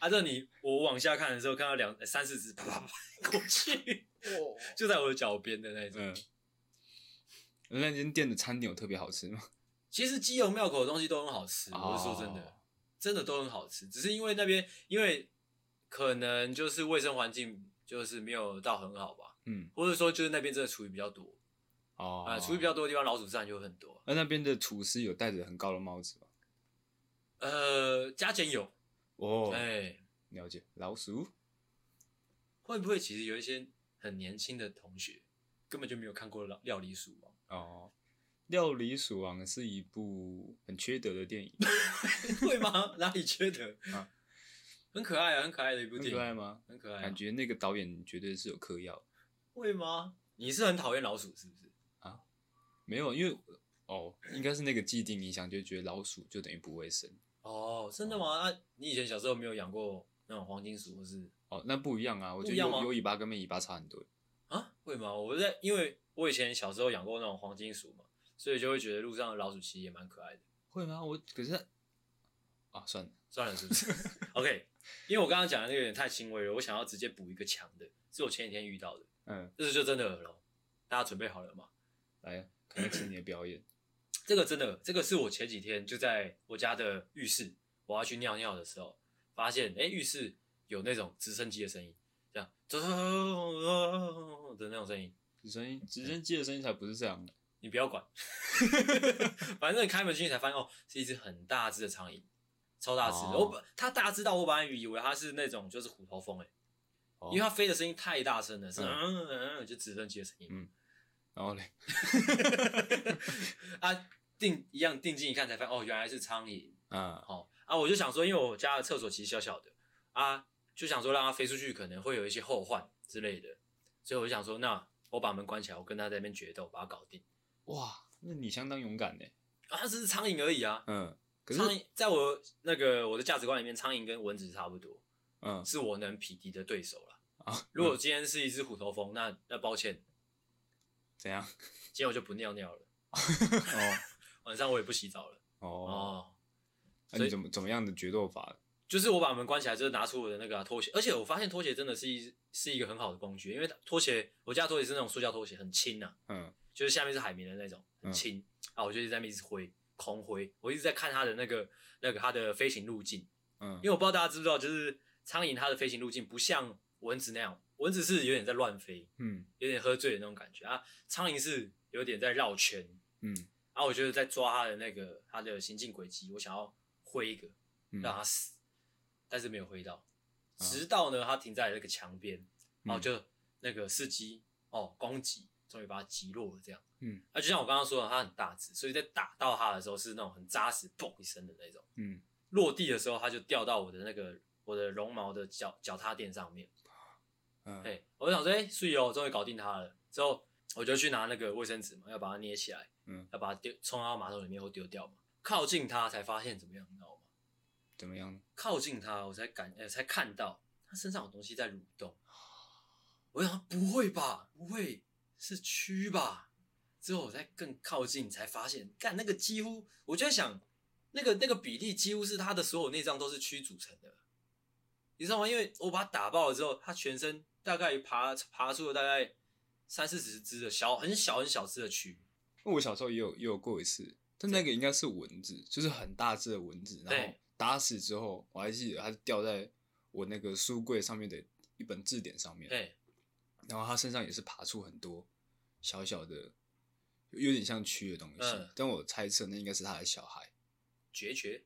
啊，这你我往下看的时候，看到两三四只啪啪啪过去，就在我的脚边的那种。
嗯，那间店的餐点有特别好吃吗？
其实基隆庙口的东西都很好吃，我是说真的，
哦
真的都很好吃。只是因为那边，因为可能就是卫生环境就是没有到很好吧，
嗯，
或者说就是那边真的厨余比较多
哦
啊，厨余比较多的地方，老鼠自然就会很多。
那那边的厨师有戴着很高的帽子吗？
呃，加减有，
哦，
哎，
了解。老鼠，
会不会其实有一些很年轻的同学根本就没有看过料料理鼠王？
哦，料理鼠王是一部很缺德的电影，
会吗？哪里缺德
啊？
很可爱啊，很可爱的一部
很
电
可爱
影，
吗？
很可爱啊。
感觉那个导演绝对是有嗑药。
会吗？你是很讨厌老鼠是不是？
没有，因为哦，应该是那个既定影响，就觉得老鼠就等于不卫生。
哦，真的吗？啊，你以前小时候没有养过那种黄金鼠，或是
哦，那不一样啊，我
不
觉得
一样
有
吗
有尾巴跟没尾巴差很多。
啊？会吗？我在因为我以前小时候养过那种黄金鼠嘛，所以就会觉得路上的老鼠其实也蛮可爱的。
会吗？我可是啊，算了，
算了，是不是？OK，因为我刚刚讲的那个有点太轻微了，我想要直接补一个强的，是我前几天遇到的，
嗯，
这是就真的了咯。大家准备好了吗？
来看看今年的表演。
这个真的，这个是我前几天就在我家的浴室，我要去尿尿的时候，发现哎、诶浴室有那种直升机的声音，这样走走走走走的那种声音。
直升机，直升机的声音才不是这样的。
你不要管， 反正开门进去才发现哦，是一只很大只的苍蝇，超大只的。
哦
我本它大只到我本来以为它是那种就是虎头蜂哎、
哦
因为它飞的声音太大声了，是
嗯
嗯嗯嗯嗯就直升机的声音嘛。
然后嘞，
啊，定一样定睛一看才发现哦，原来是苍蝇。
啊，
哦啊，我就想说，因为我家的厕所其实小小的啊，就想说让它飞出去可能会有一些后患之类的，所以我就想说，那我把门关起来，我跟他在那边决斗，把他搞定。
哇，那你相当勇敢呢。
啊，他只是苍蝇而已啊。
嗯，可是
苍蝇在我那个我的价值观里面，苍蝇跟蚊子差不多，
嗯
是我能匹敌的对手了。
啊，
如果今天是一只虎头蜂，那那抱歉，
怎样？
今天我就不尿尿了，
哦
晚上我也不洗澡了。
哦，
哦，
那
所
你
以
怎么怎么样的决斗法？
就是我把门关起来，就是拿出我的那个啊、拖鞋，而且我发现拖鞋真的是一是一个很好的工具，因为它拖鞋我家拖鞋是那种塑胶拖鞋，很轻啊，
嗯
就是下面是海绵的那种，很
嗯
轻、啊，我就一直在那边一直挥，空挥，我一直在看它的那个那个它的飞行路径，
嗯
因为我不知道大家知不知道，就是苍蝇它的飞行路径不像蚊子那样，蚊子是有点在乱飞，
嗯
有点喝醉的那种感觉啊，苍蝇是有点在绕圈，
嗯
啊，我就是在抓它的那个它的行进轨迹，我想要挥一个
嗯，
让它死，但是没有挥到，
啊
直到呢它停在那个墙边，然后
嗯
就那个司机哦攻击，终于把它击落了这样。
嗯，
啊，就像我刚刚说的，它很大只，所以在打到它的时候是那种很扎实，嘣一声的那种。
嗯，
落地的时候，它就掉到我的那个我的绒毛的脚脚踏垫上面。
嗯
哎、我就想说，哎、欸，睡哦，终于搞定它了。之后我就去拿那个卫生纸嘛，要把它捏起来，
嗯，
要把它丢冲到马桶里面或丢掉嘛。靠近它才发现怎么样，你知道吗？
怎么样？
靠近它，我才感呃才看到它身上有东西在蠕动。我想不会吧，不会是蛆吧？之后我再更靠近才发现，干那个几乎我就在想，那个那个比例几乎是它的所有内脏都是蛆组成的，你知道吗？因为我把它打爆了之后，它全身大概爬爬出了大概三四十只的小很小很小只的蛆，
我小时候也有也有过一次，但那个应该是蚊子，就是很大只的蚊子，然后
对
打死之后，我还记得它是掉在我那个书柜上面的一本字典上面，
对，
然后它身上也是爬出很多小小的，有点像蛆的东西，
嗯
但我猜测那应该是它的小孩，
决绝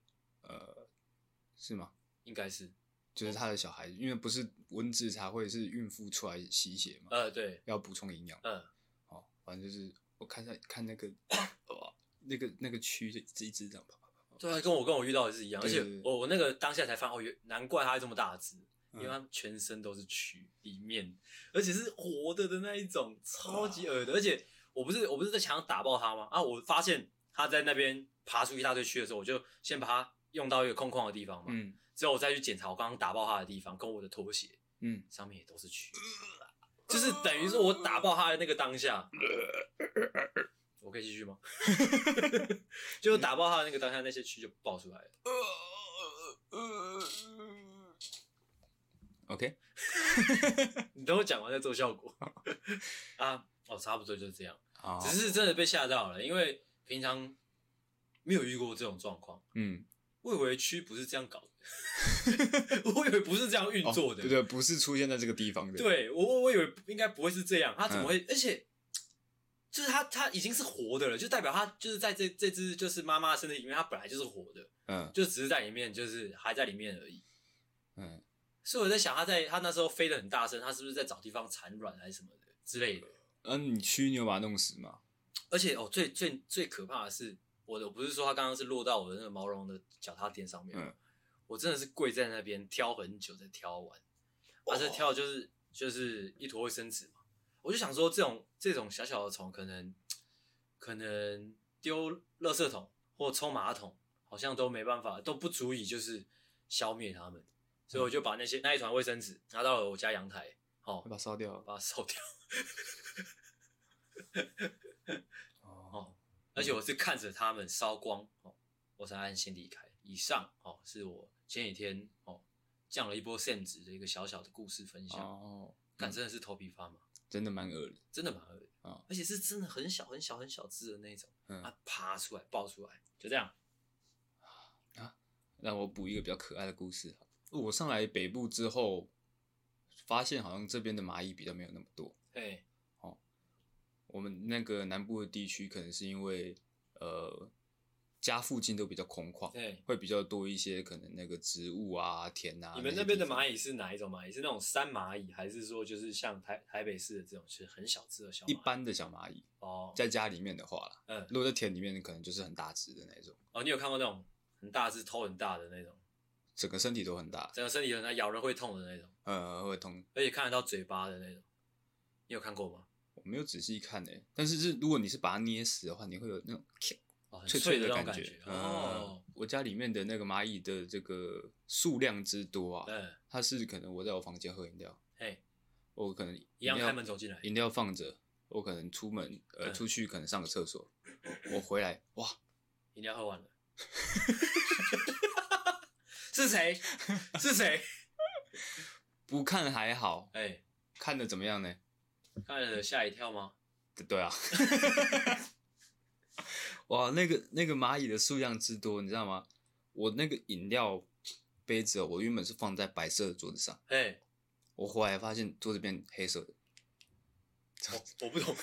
是吗？
应该是，
就是它的小孩，因为不是蚊子才会是孕妇出来吸血嘛，
呃，对，
要补充营养，
嗯，
哦，反正就是我看它看那个 哇那个那个蛆就一只一只这样跑。
对啊，跟我跟我遇到的是一样，而
对
且
对对
我我那个当下才发现，哦，原难怪它会这么大只，因为
嗯
它全身都是蛆，里面而且是活的的那一种，超级恶的。而且我不是我不是在墙上打爆它吗？啊，我发现它在那边爬出一大堆蛆的时候，我就先把它用到一个空旷的地方嘛，
嗯
之后我再去检查我刚刚打爆它的地方，跟我的拖鞋
嗯，
上面也都是蛆，啊就是等于说我打爆它的那个当下，我可以继续 吗？ 就是打爆它的那个当下，那些蛆就爆出来了。
OK，
你等我讲完再做效
哦
果 啊！哦，差不多就是这样，
好
只是真的被吓到了，因为平常没有遇过这种状况。
嗯，
我以为蛆不是这样搞的， 我以为不是这样运作的。
哦对对，不是出现在这个地方的，，
对我我我以为应该不会是这样，它怎么会？而且就是它它已经是活的了，就代表它就是在这这只就是妈妈的身体里面，它本来就是活的，
嗯
就只是在里面就是还在里面而已。
嗯，
所以我在想，它在它那时候飞得很大声，它是不是在找地方产卵还是什么的之类的？
那、你蛆你有把它弄死吗？
而且哦，最最最可怕的是，我的我不是说它刚刚是落到我的那个毛绒的脚踏垫上面吗，
嗯
我真的是跪在那边挑很久才挑完，而且挑的就是就是一坨卫生纸嘛，我就想说这种这种小小的虫可能可能丢垃圾桶或冲马桶好像都没办法，都不足以就是消灭它们，所以我就把那些那一团卫生纸拿到了我家阳台，哦
要，把它烧掉？
把它烧掉。
哦，
哦，而且我是看着他们烧光哦，我才安心离开。以上哦，是我前几天哦降了一波 Sam 值的一个小小的故事分享，
哦，
感、真的是头皮发麻，
真的蛮恶的，
真的蛮恶的
哦
而且是真的很小很小很小只的那种，
嗯
它爬出来爆出来，就这样。
让我补一个比较可爱的故事好了。我上来北部之后，发现好像这边的蚂蚁比较没有那么多。
哎，
我们那个南部的地区，可能是因为呃家附近都比较空旷，
对，
会比较多一些可能那个植物啊、田啊。
你们那边的蚂
蚁？
蚁是哪一种蚂蚁？是那种山蚂蚁，还是说就是像台台北市的这种是很小只的小蚂蚁？
一般的小蚂蚁，
哦，
在家里面的话啦，
嗯，
如果在田里面，可能就是很大只的那种，
哦，你有看过那种很大只、头很大的那种，
整个身体都很大，
整个身体很大，咬人会痛的那种。
呃，会痛。
而且看得到嘴巴的那种，你有看过吗？
我没有仔细看诶、但是是如果你是把它捏死的话，你会有那种
哦很
脆
脆那
的
种
感
感
觉。
哦
嗯，，我家里面的那个蚂蚁的这个数量之多啊，
嗯，
它是可能我在我房间喝饮料，
嘿，
我可能饮
一样
料
开门走进来，
饮料放着，我可能出门呃
嗯
出去可能上个厕所，我回来哇，
饮料喝完了，是谁？是谁？
不看还好，
哎，
看的怎么样呢？
看了吓一跳吗？
对对啊， 哇，那个那个蚂蚁的数量之多，你知道吗？我那个饮料杯子哦，我原本是放在白色的桌子上，
嘿，
我后来发现桌子变黑色的，
我我不懂。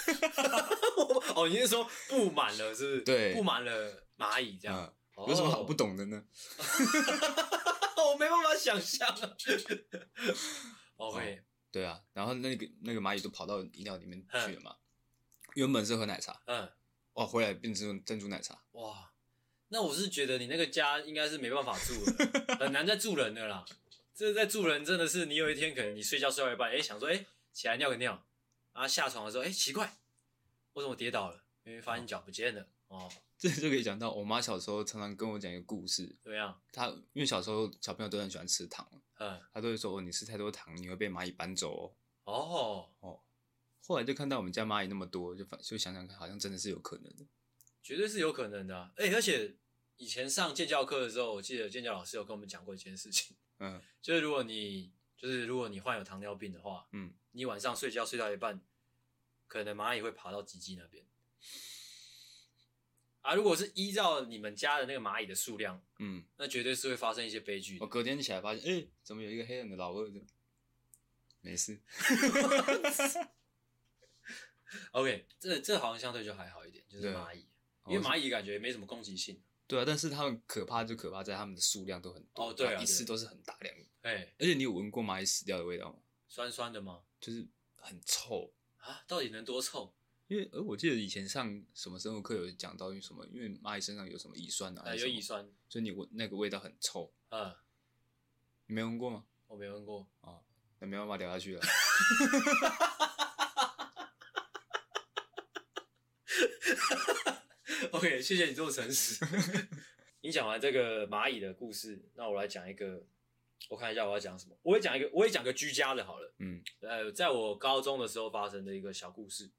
哦，你是说布满了是不是？
对
布满了蚂蚁这样。
嗯，有什么好不
哦？
懂的呢？
我没办法想象。OK，
对啊，然后那个那个蚂蚁都跑到饮料里面去了嘛，原本是喝奶茶，
嗯，
哇，回来变成珍珠奶茶，
哇，那我是觉得你那个家应该是没办法住了，很难再住人的啦。这在住人真的是，你有一天可能你睡觉睡到一半，哎、想说，哎、起来尿个尿，啊，下床的时候，哎、奇怪，为什么跌倒了？因为发现脚不见了。哦，
这就可以讲到我妈小时候常常跟我讲一个故事，
怎么样？
她因为小时候小朋友都很喜欢吃糖，
嗯，
她都会说哦，你吃太多糖，你会被蚂蚁搬走哦。
哦，
哦，后来就看到我们家蚂蚁那么多，就反就想想看，好像真的是有可能的。
绝对是有可能的、啊。哎、而且以前上建教课的时候，我记得建教老师有跟我们讲过一件事情，
嗯，
就是如果你就是如果你患有糖尿病的话，
嗯，
你晚上睡觉睡到一半，可能蚂蚁会爬到鸡鸡那边。啊，如果是依照你们家的那个蚂蚁的数量，
嗯，
那绝对是会发生一些悲剧的
我。隔天起来发现，哎、怎么有一个黑人的老二的？没事，
OK，这这好像相对就还好一点，就是
对啊哦
蚂蚁，因为蚂蚁感觉没什么攻击性。
对啊，但是它们可怕就可怕在它们的数量都很多，
哦对啊
它一次
对
都是很大量的。
哎、
而且你有闻过蚂蚁死掉的味道吗？
酸酸的吗？
就是很臭，
啊，到底能多臭？
因为呃，我记得以前上什么生物课有讲到，因为什么，因为蚂蚁身上有什么乙酸啊，
啊，
还
有
是什么
乙，酸，
所以你闻那个味道很臭，
嗯，
你没闻过吗？
我没闻过。
那没办法聊 下去了。
OK，谢谢你这么诚实。 你讲完这个蚂蚁的故事，那我来讲一个，我看一下我要讲什么。我也讲一个，我也讲个居家的好了。
嗯
呃，在我高中的时候发生的一个小故事。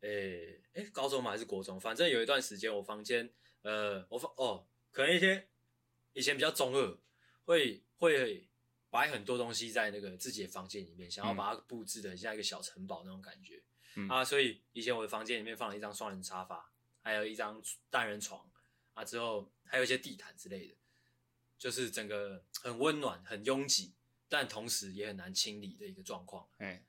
诶、诶、高中吗？还是国中？反正有一段时间，我房间，呃，我房哦，可能一些以前比较中二，会会摆很多东西在那个自己的房间里面，想要
嗯
把它布置的像一个小城堡那种感觉。
嗯
啊，所以以前我的房间里面放了一张双人沙发，还有一张单人床，啊，之后还有一些地毯之类的，就是整个很温暖、很拥挤，但同时也很难清理的一个状况
哎、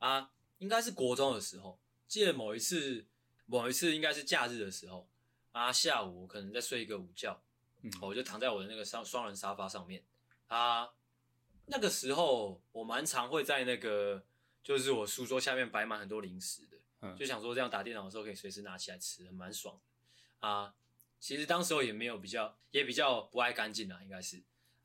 啊。应该是国中的时候，记得某一次，某一次应该是假日的时候啊，下午我可能在睡一个午觉，哦
嗯，
我就躺在我的那个双双人沙发上面啊。那个时候我蛮常会在那个就是我书桌下面摆满很多零食的，
嗯
就想说这样打电脑的时候可以随时拿起来吃，很蛮爽的啊。其实当时候也没有比较，也比较不爱干净啊，应该是
嗯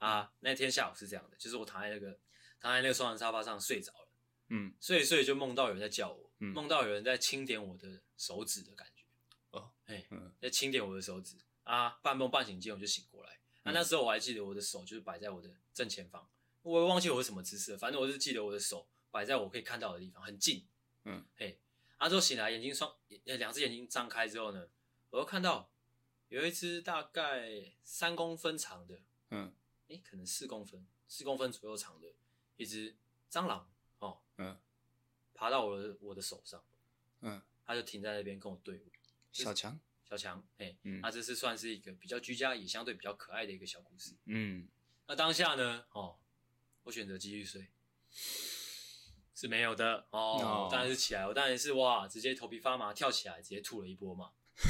啊。那天下午是这样的，就是我躺在那个躺在那个双人沙发上睡着了，
嗯，
睡一睡就梦到有人在叫我，
嗯
梦到有人在轻点我的手指的感觉。
哦，
哎、
嗯
在轻点我的手指啊，半梦半醒间我就醒过来。那、
嗯
那时候我还记得我的手就是摆在我的正前方，我也忘记我是什么姿势了，反正我是记得我的手摆在我可以看到的地方，很近。
嗯，
嘿，啊，之后醒来，眼睛双呃两只眼睛张开之后呢，我又看到有一只大概三公分长的，
嗯
诶、可能四公分，四公分左右长的一只蟑螂哦，
嗯
爬到我的我的手上，
嗯，
它就停在那边跟我对
小强，
小强，哎、
嗯
那这是算是一个比较居家也相对比较可爱的一个小故事。
嗯，
那当下呢，哦，我选择继续睡，是没有的哦。
哦
我当然是起来，我当然是哇，直接头皮发麻，跳起来，直接吐了一波嘛。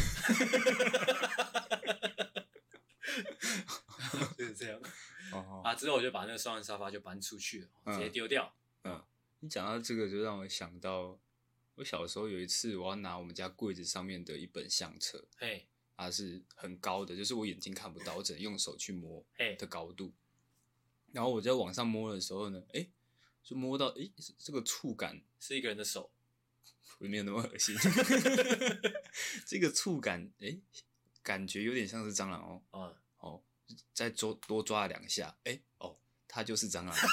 就是这样
哦，
啊，之后我就把那个双人沙发就搬出去了，
嗯
直接丢掉。
你讲到这个，就让我想到我小时候有一次，我要拿我们家柜子上面的一本相册，
嘿，
它是很高的，就是我眼睛看不到，我只能用手去摸
嘿，
的高度。然后我在往上摸的时候呢，诶，就摸到诶，这个触感
是一个人的手，
我没有那么恶心。 这个触感，哎、感觉有点像是蟑螂哦。
啊，
哦，再多多抓了两下，哎、哦，它就是蟑螂。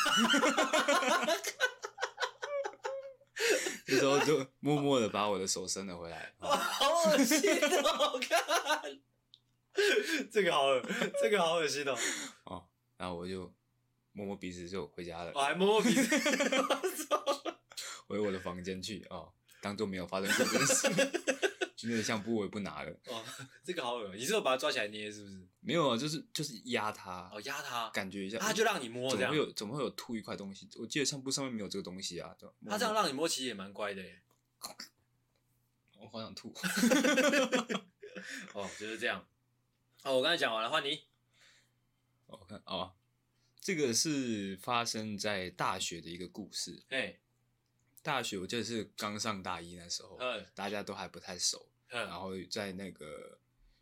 这时候就默默的把我的手伸了回来。哦
好恶心哦！看， 这个好恶，这个好恶心哦！
哦，然后我就摸摸鼻子就回家了
我，还摸摸鼻子，我操！
回我的房间去哦，当做没有发生过这件事。 那个相簿我也不拿了，
哦，这个好恶，你是有把它抓起来捏是不是？
没有啊，就是就是压它，
哦，压它，
感觉一下，
它就让你摸
怎
这
么
样
会，有怎么会有吐一块东西？我记得相簿上面没有这个东西啊，对吧？
它这样让你摸其实也蛮乖的耶。
我好想吐。
哦，就是这样。哦，我刚才讲完了，换你。
我看哦，这个是发生在大学的一个故事。
嘿，
大学我记得是刚上大一那时候，
嗯
大家都还不太熟。然
哼，
后在那个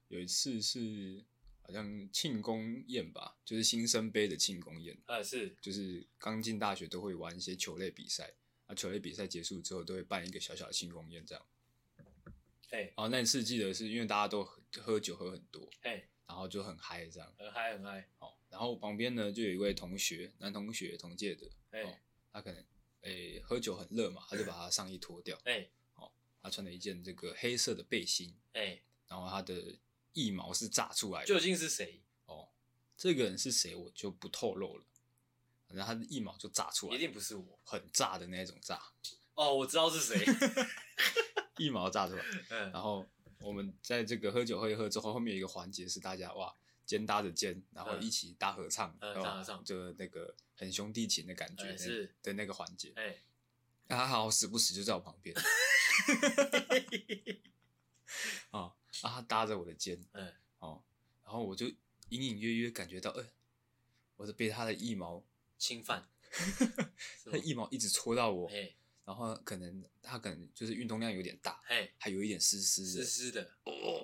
有一次是好像庆功宴吧，就是新生杯的庆功宴，
呃，是，
就是刚进大学都会玩一些球类比赛。啊，球类比赛结束之后都会办一个小小的庆功宴这样。
嘿，
然后那一次记得是因为大家都喝喝酒喝很多，
嘿，
然后就很嗨这样。
很嗨，很嗨，
哦，然后旁边呢就有一位同学，男同学同届的，哦
嘿，
他可能诶、喝酒很热嘛，他就把他上衣脱掉，
嘿，
他穿了一件这个黑色的背心，
嘿，
然后他的腋毛是炸出来的。
究竟是谁？
哦，这个人是谁我就不透露了，反正他的腋毛就炸出来，
一定不是我。
很炸的那种炸，
哦，我知道是谁。
腋毛炸出 来。
嗯，
然后我们在这个喝酒喝一喝之后，后面有一个环节是大家哇肩搭着肩，然后
嗯
一起大合唱，
嗯
对吧
大合唱
就那个很兄弟情的感觉
哎
那
是
的那个环节。
哎，
啊他好死不死就在我旁边。 哦，啊，他搭着我的肩，
嗯，
哦，然后我就隐隐约约感觉到，哎、我的被他的腋毛，
侵犯。
他的腋毛一直戳到我，
嘿，
然后可能他可能就是运动量有点大，
嘿，
还有一点湿湿
湿
的，
湿的，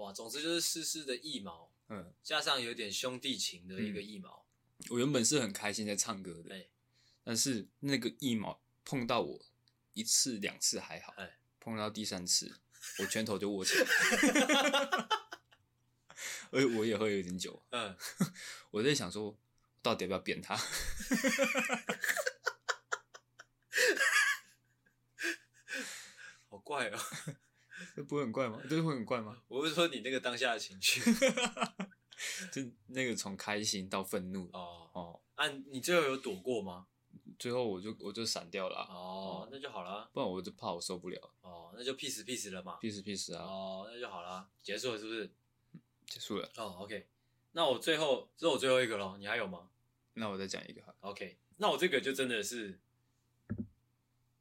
哇，总之就是湿湿的腋毛，
嗯，
加上有点兄弟情的一个腋毛。
我原本是很开心在唱歌的，
哎
但是那个腋毛碰到我一次两次还好，
哎
碰到第三次，我拳头就 握起来， 而且我也喝有点酒，
嗯，
我在想说，到底要不要扁他？
好怪哦。
这不会很怪吗？这会很怪吗？
我是说你那个当下的情绪。
这那个从开心到愤怒
哦，
哦，
啊，你最后有躲过吗？
最后我就我就闪掉了啊、
哦，那就好了。
不然我就怕我受不了
哦，那就 peace peace 了嘛。
，peace peace 啊，
哦，那就好了，结束了是不是？
结束了。
哦，OK，那我最后这是我最后一个咯，你还有吗
那我再讲一个好了，
？OK，那我这个就真的是，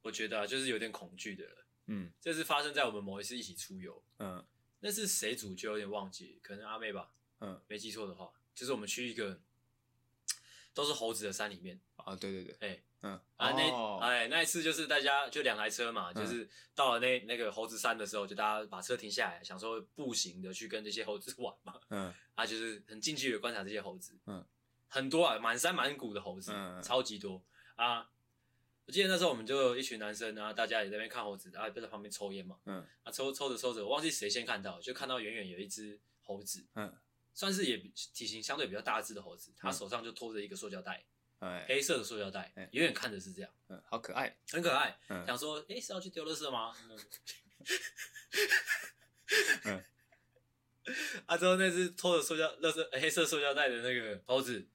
我觉得、啊、就是有点恐惧的了。
嗯
这是发生在我们某一次一起出游，
嗯
那是谁主角有点忘记，可能阿妹吧，
嗯
没记错的话，就是我们去一个都是猴子的山里面，
啊，对对对，
哎、
嗯
啊，那
哦嗯
哎那一次就是大家就两台车嘛，就是到了那那个猴子山的时候，就大家把车停下来，想说步行的去跟这些猴子 玩嘛，
嗯
啊，就是很近距离地观察这些猴子，
嗯，
很多啊，满山满谷的猴子，
嗯嗯
超级多啊。我记得那时候我们就有一群男生啊，大家也在那边看猴子，啊，就在旁边抽烟嘛，
嗯
啊，抽抽着抽着，我忘记谁先看到，就看到远远有一只猴子，
嗯，
算是也比体型相对比较大只的猴子，他
嗯
手上就拖着一个塑胶袋，
哎
黑色的塑胶袋
嗯，
远远看着是这样。
嗯，好可爱，
很可爱，
嗯
想说，诶，是要去丢垃圾吗？嗯
嗯，
啊，之后那只拖着塑胶、垃圾、呃黑色塑胶袋的那个猴子，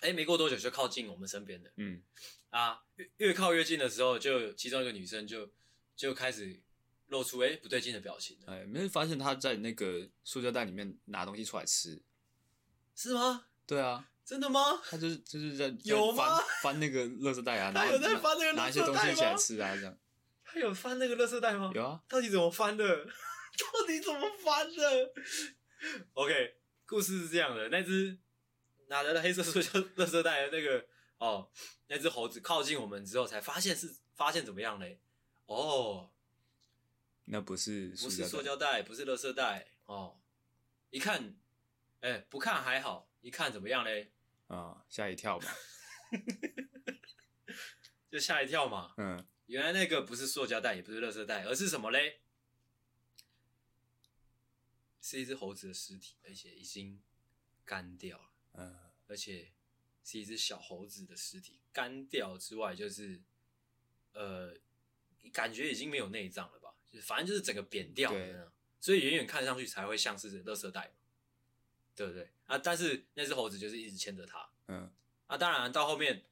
诶，没过多久就靠近我们身边的
嗯
啊，越越靠越近的时候，就其中一个女生就就开始露出诶不对劲的表情了，
哎，没有发现他在那个塑胶袋里面拿东西出来吃，
是吗？
对啊，
真的吗？
他就是就是在在
有吗
翻翻那个垃圾袋啊，
他
拿
有在翻那个
拿
垃
一些
圾
东
袋
西起来
吗
吃啊，这样
她有翻那个垃圾袋吗？
有啊，
到底怎么翻的？ 到底怎么翻的？OK，故事是这样的，那只拿着黑色塑胶垃圾袋的那个哦，那只猴子靠近我们之后，才发现是发现怎么样嘞？哦，
那不是
不是塑
袋，
胶袋，不是垃圾袋哦，一看，哎、不看还好，一看怎么样嘞？
啊，吓一跳吧。
就吓一跳嘛。
嗯，
原来那个不是塑胶袋，也不是垃圾袋，而是什么嘞？是一只猴子的尸体，而且已经干掉了，
嗯，
而且是一只小猴子的尸体。干掉之外，就是呃，感觉已经没有内脏了吧？就是反正就是整个扁掉了
对
那样，所以远远看上去才会像是垃圾袋嘛，对不对？啊，但是那只猴子就是一直牵着它，
嗯，
啊，当然到后面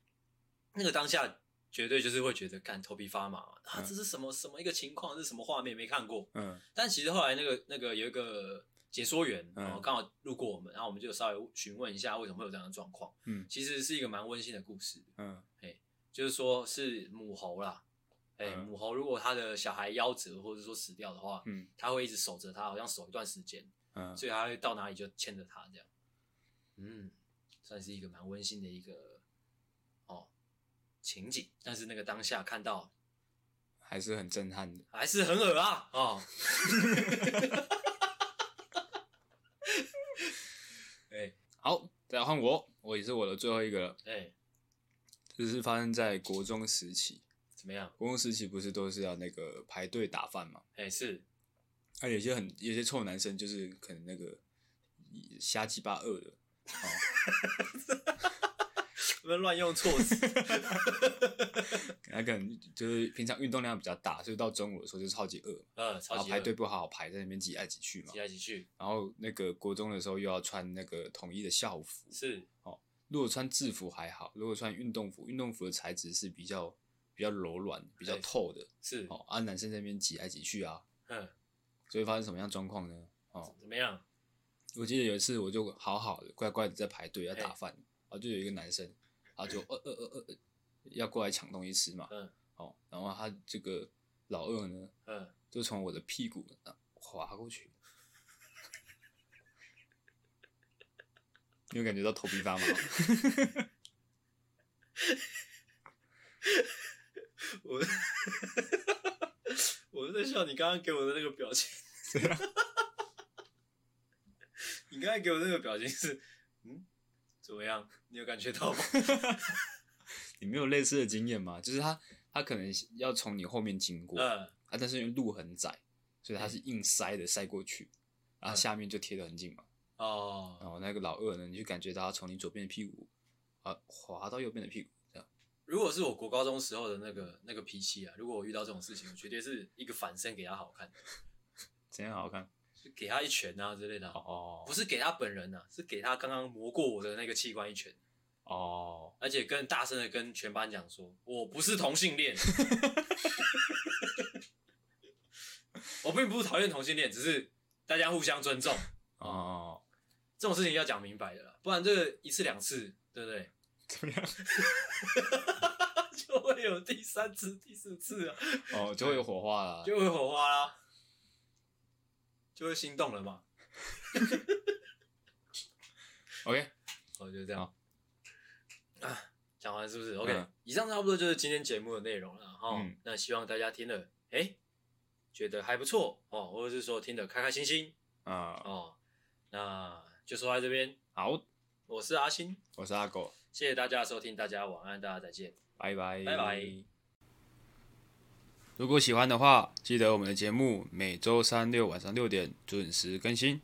那个当下，绝对就是会觉得干头皮发麻啊，
嗯
这是什么什么一个情况，这是什么画面没看过。
嗯，
但其实后来那个那个有一个解说员，
嗯
然后刚好路过我们，然后我们就稍微询问一下为什么会有这样的状况。
嗯
其实是一个蛮温馨的故事，
嗯，
就是说是母猴啦，哎、
嗯
母猴如果它的小孩夭折或者说死掉的话，
嗯，
它会一直守着它，好像守一段时间，
嗯，
所以它会到哪里就牵着它这样。嗯，算是一个蛮温馨的一个哦情景，但是那个当下看到
还是很震撼的。
还是很恶啊 哦。哎
好，再来换我，我也是我的最后一个了。
哎，
这是发生在国中时期，
怎么样？
国中时期不是都是要那个排队打饭嘛？
哎是，
啊，有些很有些臭男生就是可能那个瞎鸡巴饿的，
不能乱用措辞。
他可能就是平常运动量比较大，所以到中午的时候就超级饿，
呃，
然
超
后
级
排
恶
队，不好好排，在那边挤来挤去嘛
挤。来挤去
然后那个国中的时候又要穿那个统一的校服，
是
如果穿制服还好，如果穿运动服，运动服的材质是比较比较柔软、比较
对
透的。
是，
哦，啊，男生在那边挤来挤去啊，
嗯，
所以发生什么样状况呢？哦，
怎么样？
我记得有一次我就好好的乖乖的在排队要打
嘿
饭，啊，就有一个男生，啊就呃呃呃呃呃要过来抢东西吃嘛，
嗯
哦，然后他这个老二呢
嗯，
就从我的屁股啊滑过去， 你有感觉到头皮发麻吗？
我 我在笑你刚刚给我的那个表情，你刚才给我那个表情是，嗯，怎么样？你有感觉到吗？
你没有类似的经验吗？就是他他可能要从你后面经过，
嗯，
啊，但是因为路很窄，所以他是硬塞的塞过去，然后
嗯
下面就贴得很紧嘛。然
哦，
后那个老二呢，你就感觉到他从你左边的屁股啊滑到右边的屁股，这样。
如果是我国高中时候的那个那个脾气啊，如果我遇到这种事情，我绝对是一个反身给他好看，
怎样好看？
就给他一拳啊之类的啊，
哦
不是给他本人啊，是给他刚刚磨过我的那个器官一拳。
哦，
而且更大声的跟全班讲说：“我不是同性 恋，我并不是讨厌同性恋，只是大家互相尊重，
哦，
这种事情要讲明白的啦，不然这个一次两次，对不对？
怎么样？
就会有第三次、第四次啊，
哦，就会有火花啦。
就会火花啦，就会心动了嘛。
OK，
我哦就这样
好
啊，讲完是不是？OK，、
嗯
以上差不多就是今天节目的内容了哈。
嗯
那希望大家听了，哎、觉得还不错哦，或者是说听得开开心心
啊、
哦。那就说到这边，
好，
我是阿星，
我是阿狗，
谢谢大家的收听，大家晚安，大家再见。
拜拜，
拜拜。
如果喜欢的话，记得我们的节目每周三六晚上六点准时更新。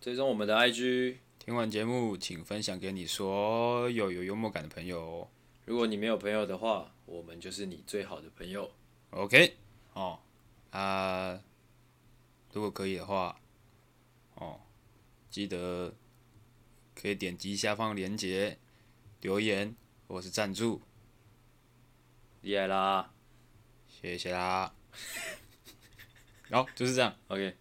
追踪我们的 IG，
听完节目，请分享给你所有有幽默感的朋友哦。
如果你没有朋友的话，我们就是你最好的朋友。
OK，哦，啊、如果可以的话，哦，记得可以点击下方链接留言或是赞助，
厉害啦
谢谢啦。好、就是这样。
，OK。